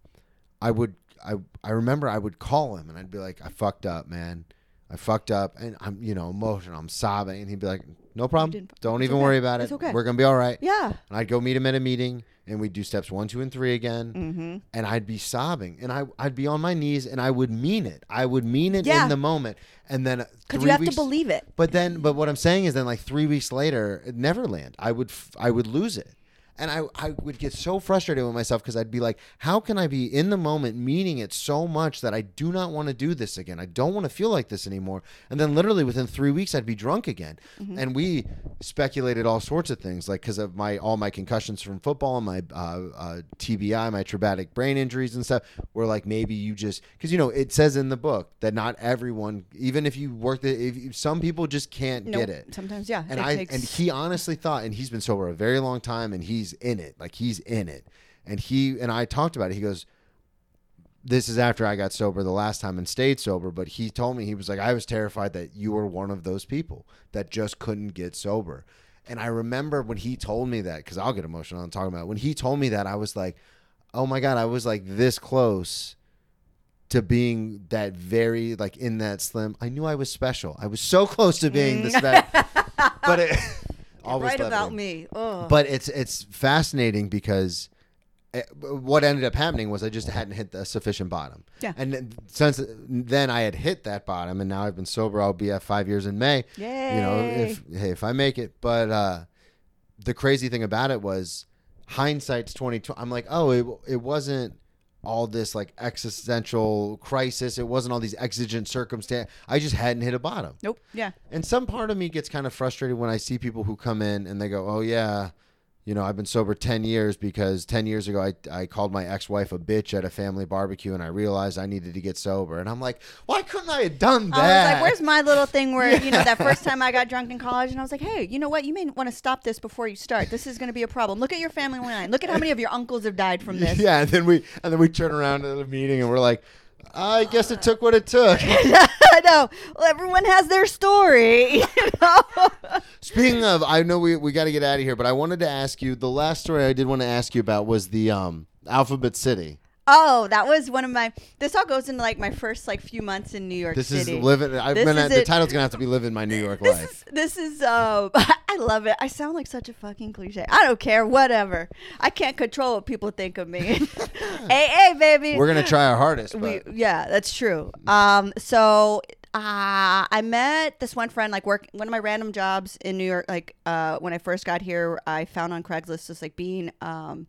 [SPEAKER 3] I would I I remember I would call him and I'd be like, I fucked up, man. I fucked up and I'm you know emotional. I'm sobbing and he'd be like, No problem.
[SPEAKER 4] didn't fuck-
[SPEAKER 3] Don't
[SPEAKER 4] it's
[SPEAKER 3] even
[SPEAKER 4] okay.
[SPEAKER 3] worry about it.
[SPEAKER 4] It's okay."
[SPEAKER 3] We're gonna be all right.
[SPEAKER 4] Yeah.
[SPEAKER 3] And I'd go meet him at a meeting and we'd do steps one, two, and three again.
[SPEAKER 4] Mm-hmm.
[SPEAKER 3] And I'd be sobbing and I I'd be on my knees and I would mean it. I would mean it
[SPEAKER 4] Yeah.
[SPEAKER 3] in the moment. And then
[SPEAKER 4] Because
[SPEAKER 3] three
[SPEAKER 4] you have
[SPEAKER 3] weeks-
[SPEAKER 4] to believe it.
[SPEAKER 3] But then, but what I'm saying is, then like three weeks later, at Neverland, I would f- I would lose it, and I I would get so frustrated with myself because I'd be like, how can I be in the moment, meaning it so much that I do not want to do this again? I don't want to feel like this anymore. And then literally within three weeks, I'd be drunk again, and we speculated all sorts of things, like because of my all my concussions from football, and my uh, uh, TBI, my traumatic brain injuries and stuff. Were like maybe you just because you know it says in the book that not everyone, even if you work, the, if you, some people just can't
[SPEAKER 4] No,
[SPEAKER 3] get it.
[SPEAKER 4] Sometimes, yeah.
[SPEAKER 3] And
[SPEAKER 4] it
[SPEAKER 3] I
[SPEAKER 4] takes-
[SPEAKER 3] and he honestly thought, and he's been sober a very long time, and he's in it, like he's in it. And he and I talked about it. He goes, "This is after I got sober the last time and stayed sober." But he told me he was like, "I was terrified that you were one of those people that just couldn't get sober." And I remember when he told me that because I'll get emotional. I'm talking about it. when he told me that I was like, "Oh my god!" I was like this close to being that very like in that slim. I knew I was special. I was so close to being this that, but it always
[SPEAKER 4] Mm. right
[SPEAKER 3] left
[SPEAKER 4] about me. Oh,
[SPEAKER 3] But it's it's fascinating because eh, what ended up happening was I just hadn't hit the sufficient bottom.
[SPEAKER 4] Yeah.
[SPEAKER 3] And then- since then I had hit that bottom, and now I've been sober. I'll be at five years in May. You know, if hey, if I make it, but uh, the crazy thing about it was hindsight's twenty twenty. I'm like, oh, it it wasn't all this like existential crisis. It wasn't all these exigent circumstance. I just hadn't hit a bottom.
[SPEAKER 4] Nope. Yeah.
[SPEAKER 3] And some part of me gets kind of frustrated when I see people who come in and they go, "Oh yeah, you know, I've been sober 10 years because 10 years ago I I called my ex-wife a bitch at a family barbecue and I realized I needed to get sober." And I'm like, "Why couldn't I have done that?"
[SPEAKER 4] I was like, where's my little thing where, you know, that first time I got drunk in college and I was like, hey, you know what? You may want to stop this before you start. This is going to be a problem. Look at your family line. Look at how many of your uncles have died from this.
[SPEAKER 3] Yeah, and then we and then we turn around at the meeting and we're like, "I guess it took what it took."
[SPEAKER 4] I know. Well, everyone has their story. You know?
[SPEAKER 3] Speaking of, I know we, we got to get out of here, but I wanted to ask you the last story I did want to ask you about was the um, Alphabet City.
[SPEAKER 4] oh, that was one of my. This all goes into like my first like few months in New York
[SPEAKER 3] This
[SPEAKER 4] City.
[SPEAKER 3] is living. I've
[SPEAKER 4] This
[SPEAKER 3] been
[SPEAKER 4] is
[SPEAKER 3] at, the
[SPEAKER 4] it.
[SPEAKER 3] title's gonna have to be living my New York
[SPEAKER 4] this
[SPEAKER 3] life.
[SPEAKER 4] is this is um I love it. I sound like such a fucking cliche. I don't care, whatever. I can't control what people think of me. hey, hey, baby.
[SPEAKER 3] We're gonna try our hardest.
[SPEAKER 4] we,
[SPEAKER 3] but-
[SPEAKER 4] yeah, that's true. Um, so uh, I met this one friend like work one of my random jobs in New York. Like uh, when I first got here, I found on Craigslist just like being um,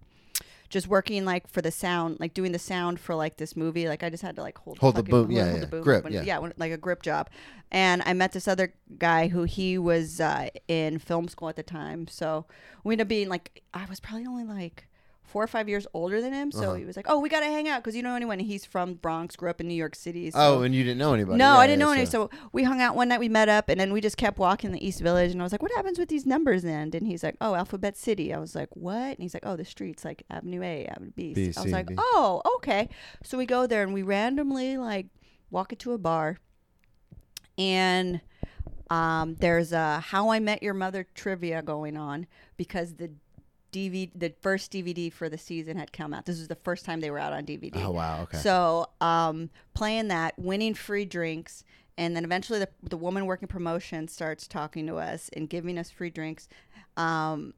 [SPEAKER 4] just working like for the sound, like doing the sound for like this movie. Like I just had to like hold
[SPEAKER 3] Hold the
[SPEAKER 4] fucking-
[SPEAKER 3] boom, yeah, yeah,
[SPEAKER 4] the boom
[SPEAKER 3] grip,
[SPEAKER 4] when-
[SPEAKER 3] yeah.
[SPEAKER 4] yeah, when- like a grip job. And I met this other guy who he was uh, in film school at the time. So we ended up being like, I was probably only like four or five years older than him. So he was like, oh, we got to hang out because you know anyone. And he's from Bronx, grew up in New York City. So.
[SPEAKER 3] Oh, and you didn't know anybody.
[SPEAKER 4] No,
[SPEAKER 3] Yeah,
[SPEAKER 4] I didn't
[SPEAKER 3] yeah,
[SPEAKER 4] know any. So we hung out one night. We met up, and then we just kept walking the East Village. And I was like, "What happens with these numbers?" Then, and he's like, "Oh, Alphabet City." I was like, "What?" And he's like, "Oh, the streets like Avenue A, Avenue B."
[SPEAKER 3] B,
[SPEAKER 4] I
[SPEAKER 3] C,
[SPEAKER 4] was like,
[SPEAKER 3] D.
[SPEAKER 4] "Oh, okay." So we go there, and we randomly like walk into a bar, and um, there's a How I Met Your Mother trivia going on because the DVD, the first DVD for the season had come out. This was the first time they were out on DVD.
[SPEAKER 3] Oh wow. Okay.
[SPEAKER 4] So um, playing that, winning free drinks, and then eventually the, the woman working promotion starts talking to us and giving us free drinks. Um,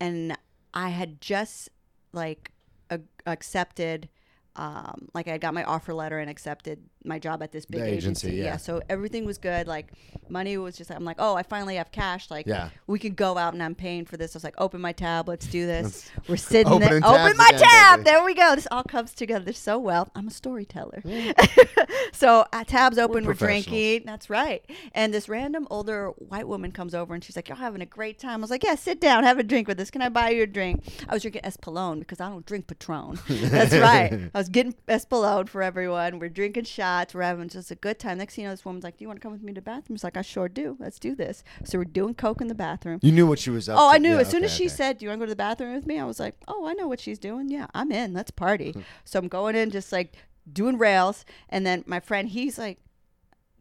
[SPEAKER 4] and I had just like a- accepted, um, like I got my offer letter and accepted my job at this big
[SPEAKER 3] The agency,
[SPEAKER 4] agency.
[SPEAKER 3] yeah.
[SPEAKER 4] So everything was good. Like money was just. I'm like, oh, I finally have cash. Like
[SPEAKER 3] Yeah.
[SPEAKER 4] we could go out and I'm paying for this. I was like, open my tab. Let's do this. We're sitting
[SPEAKER 3] Opening
[SPEAKER 4] there.
[SPEAKER 3] tabs
[SPEAKER 4] Open my
[SPEAKER 3] again,
[SPEAKER 4] tab.
[SPEAKER 3] baby.
[SPEAKER 4] There we go. This all comes together so well. I'm a storyteller. so uh, tabs open. We're,
[SPEAKER 3] professionals.
[SPEAKER 4] drinking. That's right. And this random older white woman comes over and she's like, "Y'all having a great time?" I was like, "Yeah, sit down, have a drink with us. Can I buy you a drink?" I was drinking Espolón because I don't drink Patron. That's right. I was getting Espolón for everyone. We're drinking shots. We're having just a good time. Next thing you know, this woman's like, "Do you want to come with me to the bathroom?" I was like, "I sure do. Let's do this." So we're doing coke in the bathroom.
[SPEAKER 3] you knew what she was up.
[SPEAKER 4] Oh,
[SPEAKER 3] to.
[SPEAKER 4] I knew.
[SPEAKER 3] Yeah,
[SPEAKER 4] as soon as
[SPEAKER 3] okay,
[SPEAKER 4] she
[SPEAKER 3] okay.
[SPEAKER 4] said, "Do you want to go to the bathroom with me?" I was like, "Oh, I know what she's doing. Yeah, I'm in. Let's party."
[SPEAKER 3] Hmm.
[SPEAKER 4] so I'm going in, just like doing rails, and then my friend, he's like,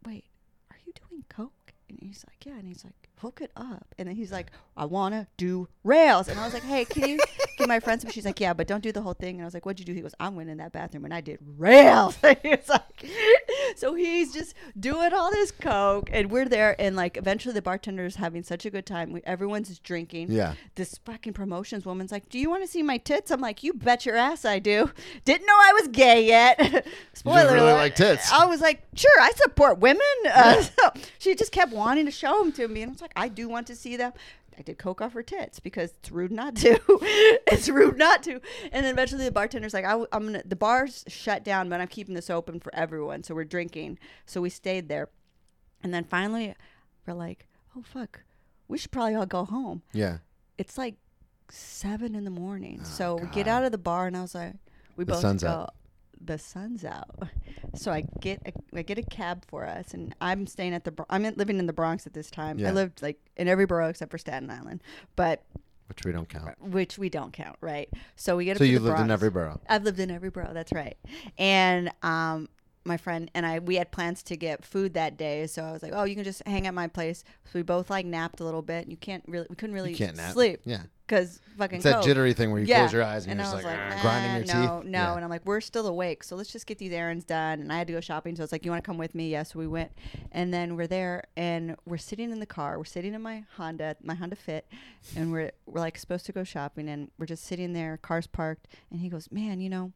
[SPEAKER 4] "Wait, are you doing coke?" And he's like, "Yeah," and he's like, "Hook it up," and then he's like, "I wanna do rails," and I was like, "Hey, can you give my friend some?" She's like, "Yeah, but don't do the whole thing." And I was like, "What'd you do?" He goes, "I went in that bathroom and I did rails." He's like, so he's just doing all this coke, and we're there, and like eventually the bartender's having such a good time. We, everyone's drinking
[SPEAKER 3] Yeah.
[SPEAKER 4] this fucking promotions woman's like, "Do you want to see my tits?" I'm like, "You bet your ass I do." Didn't know I was gay yet. Spoiler
[SPEAKER 3] really
[SPEAKER 4] alert.
[SPEAKER 3] like tits.
[SPEAKER 4] I was like, "Sure, I support women." Uh, so she just kept wanting to show them to me, and I was like, "I do want to see them." I did coke off her tits because it's rude not to. it's rude not to. And then eventually the bartender's like, I, am gonna." The bar's shut down, but I'm keeping this open for everyone, so we're drinking. So we stayed there. And then finally, we're like, oh, fuck, we should probably all go home.
[SPEAKER 3] Yeah.
[SPEAKER 4] It's like seven in the morning. so we get out of the bar, and I was like, we
[SPEAKER 3] Oh, The
[SPEAKER 4] both
[SPEAKER 3] sun's
[SPEAKER 4] go.
[SPEAKER 3] out.
[SPEAKER 4] The sun's out, so I get a, I get a cab for us, and I'm staying at the Bro- I'm in- living in the Bronx at this time.
[SPEAKER 3] Yeah.
[SPEAKER 4] I lived like in every borough except for Staten Island, but
[SPEAKER 3] Which we don't count.
[SPEAKER 4] which we don't count, right? So we get up
[SPEAKER 3] So
[SPEAKER 4] to
[SPEAKER 3] you
[SPEAKER 4] the
[SPEAKER 3] lived in
[SPEAKER 4] Bronx.
[SPEAKER 3] every borough.
[SPEAKER 4] I've lived in every borough. That's right. And um, my friend and I we had plans to get food that day, so I was like, "Oh, you can just hang at my place." So we both like napped a little bit. You can't really, we couldn't really
[SPEAKER 3] can't nap.
[SPEAKER 4] sleep.
[SPEAKER 3] Yeah.
[SPEAKER 4] because fucking
[SPEAKER 3] It's that
[SPEAKER 4] cold.
[SPEAKER 3] jittery thing where you
[SPEAKER 4] Yeah.
[SPEAKER 3] close your eyes and, you're
[SPEAKER 4] I
[SPEAKER 3] just like,
[SPEAKER 4] was
[SPEAKER 3] "Ah,"
[SPEAKER 4] "Nah,
[SPEAKER 3] grinding your
[SPEAKER 4] no,
[SPEAKER 3] teeth.
[SPEAKER 4] No,
[SPEAKER 3] Yeah.
[SPEAKER 4] and I'm like, we're still awake, so let's just get these errands done. And I had to go shopping, so it's like, you want to come with me? Yes, we went. And then we're there, and we're sitting in the car. We're sitting in my Honda, my Honda Fit, and we're we're like supposed to go shopping, and we're just sitting there, cars parked. And he goes, man, you know.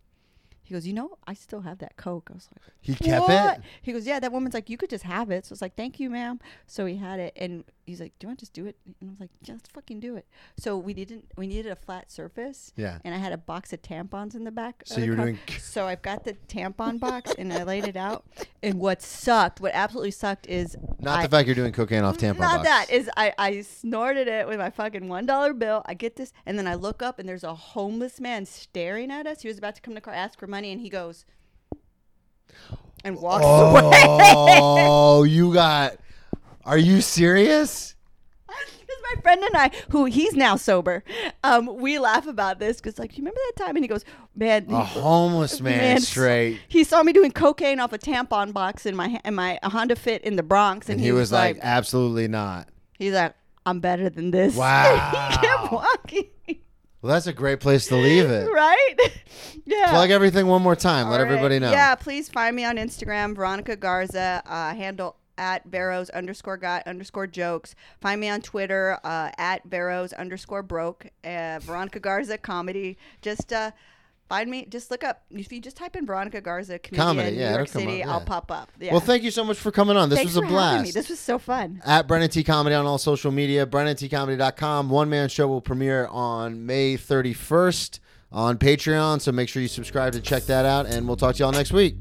[SPEAKER 4] He goes, you know, I still have that Coke. I was like,
[SPEAKER 3] He kept
[SPEAKER 4] "What?"
[SPEAKER 3] it?
[SPEAKER 4] He goes, yeah, that woman's like, you could just have it. So it's like, thank you, ma'am. So he had it, and he's like, do you want to just do it? And I was like, yeah, let's fucking do it. So we didn't. We needed a flat surface.
[SPEAKER 3] Yeah.
[SPEAKER 4] And I had a box of tampons in the back.
[SPEAKER 3] So
[SPEAKER 4] of the
[SPEAKER 3] you were
[SPEAKER 4] car.
[SPEAKER 3] doing-
[SPEAKER 4] So I've got the tampon box, and I laid it out. And what sucked, what absolutely sucked, is
[SPEAKER 3] Not
[SPEAKER 4] I,
[SPEAKER 3] the fact you're doing cocaine off tampon boxes.
[SPEAKER 4] not that is I, I snorted it with my fucking one dollar bill. I get this, and then I look up, and there's a homeless man staring at us. He was about to come to the car, ask for money, and he goes and walks away.
[SPEAKER 3] Oh, you got. Are you serious?
[SPEAKER 4] Because my friend and I, who he's now sober, um, we laugh about this because like, you remember that time? And he goes, man,
[SPEAKER 3] A homeless Oh, man,
[SPEAKER 4] Man,
[SPEAKER 3] straight.
[SPEAKER 4] He saw me doing cocaine off a tampon box in my in my Honda Fit in the Bronx, and,
[SPEAKER 3] And he was like, absolutely not.
[SPEAKER 4] he's like, I'm better than this.
[SPEAKER 3] Wow.
[SPEAKER 4] he kept walking,
[SPEAKER 3] Well, that's a great place to leave it.
[SPEAKER 4] right? yeah.
[SPEAKER 3] Plug everything one more time. Let
[SPEAKER 4] All right.
[SPEAKER 3] everybody know.
[SPEAKER 4] Yeah, please find me on Instagram, Veronica Garza, uh, handle at Barrows underscore got underscore jokes. Find me on Twitter uh, at Barrows underscore broke. Uh, Veronica Garza comedy. Just uh, find me. Just look up. If you just type in Veronica Garza comedian,
[SPEAKER 3] Comedy, yeah,
[SPEAKER 4] New York
[SPEAKER 3] it'll come
[SPEAKER 4] City,
[SPEAKER 3] up,
[SPEAKER 4] I'll
[SPEAKER 3] yeah.
[SPEAKER 4] pop up. Yeah.
[SPEAKER 3] Well, thank you so much for coming on. This
[SPEAKER 4] Thanks
[SPEAKER 3] was a
[SPEAKER 4] for having me.
[SPEAKER 3] blast.
[SPEAKER 4] This was so fun.
[SPEAKER 3] at Brennan T Comedy on all social media, BrennanTComedy.com. One man show will premiere on May 31st on Patreon, so make sure you subscribe to check that out, and we'll talk to y'all next week.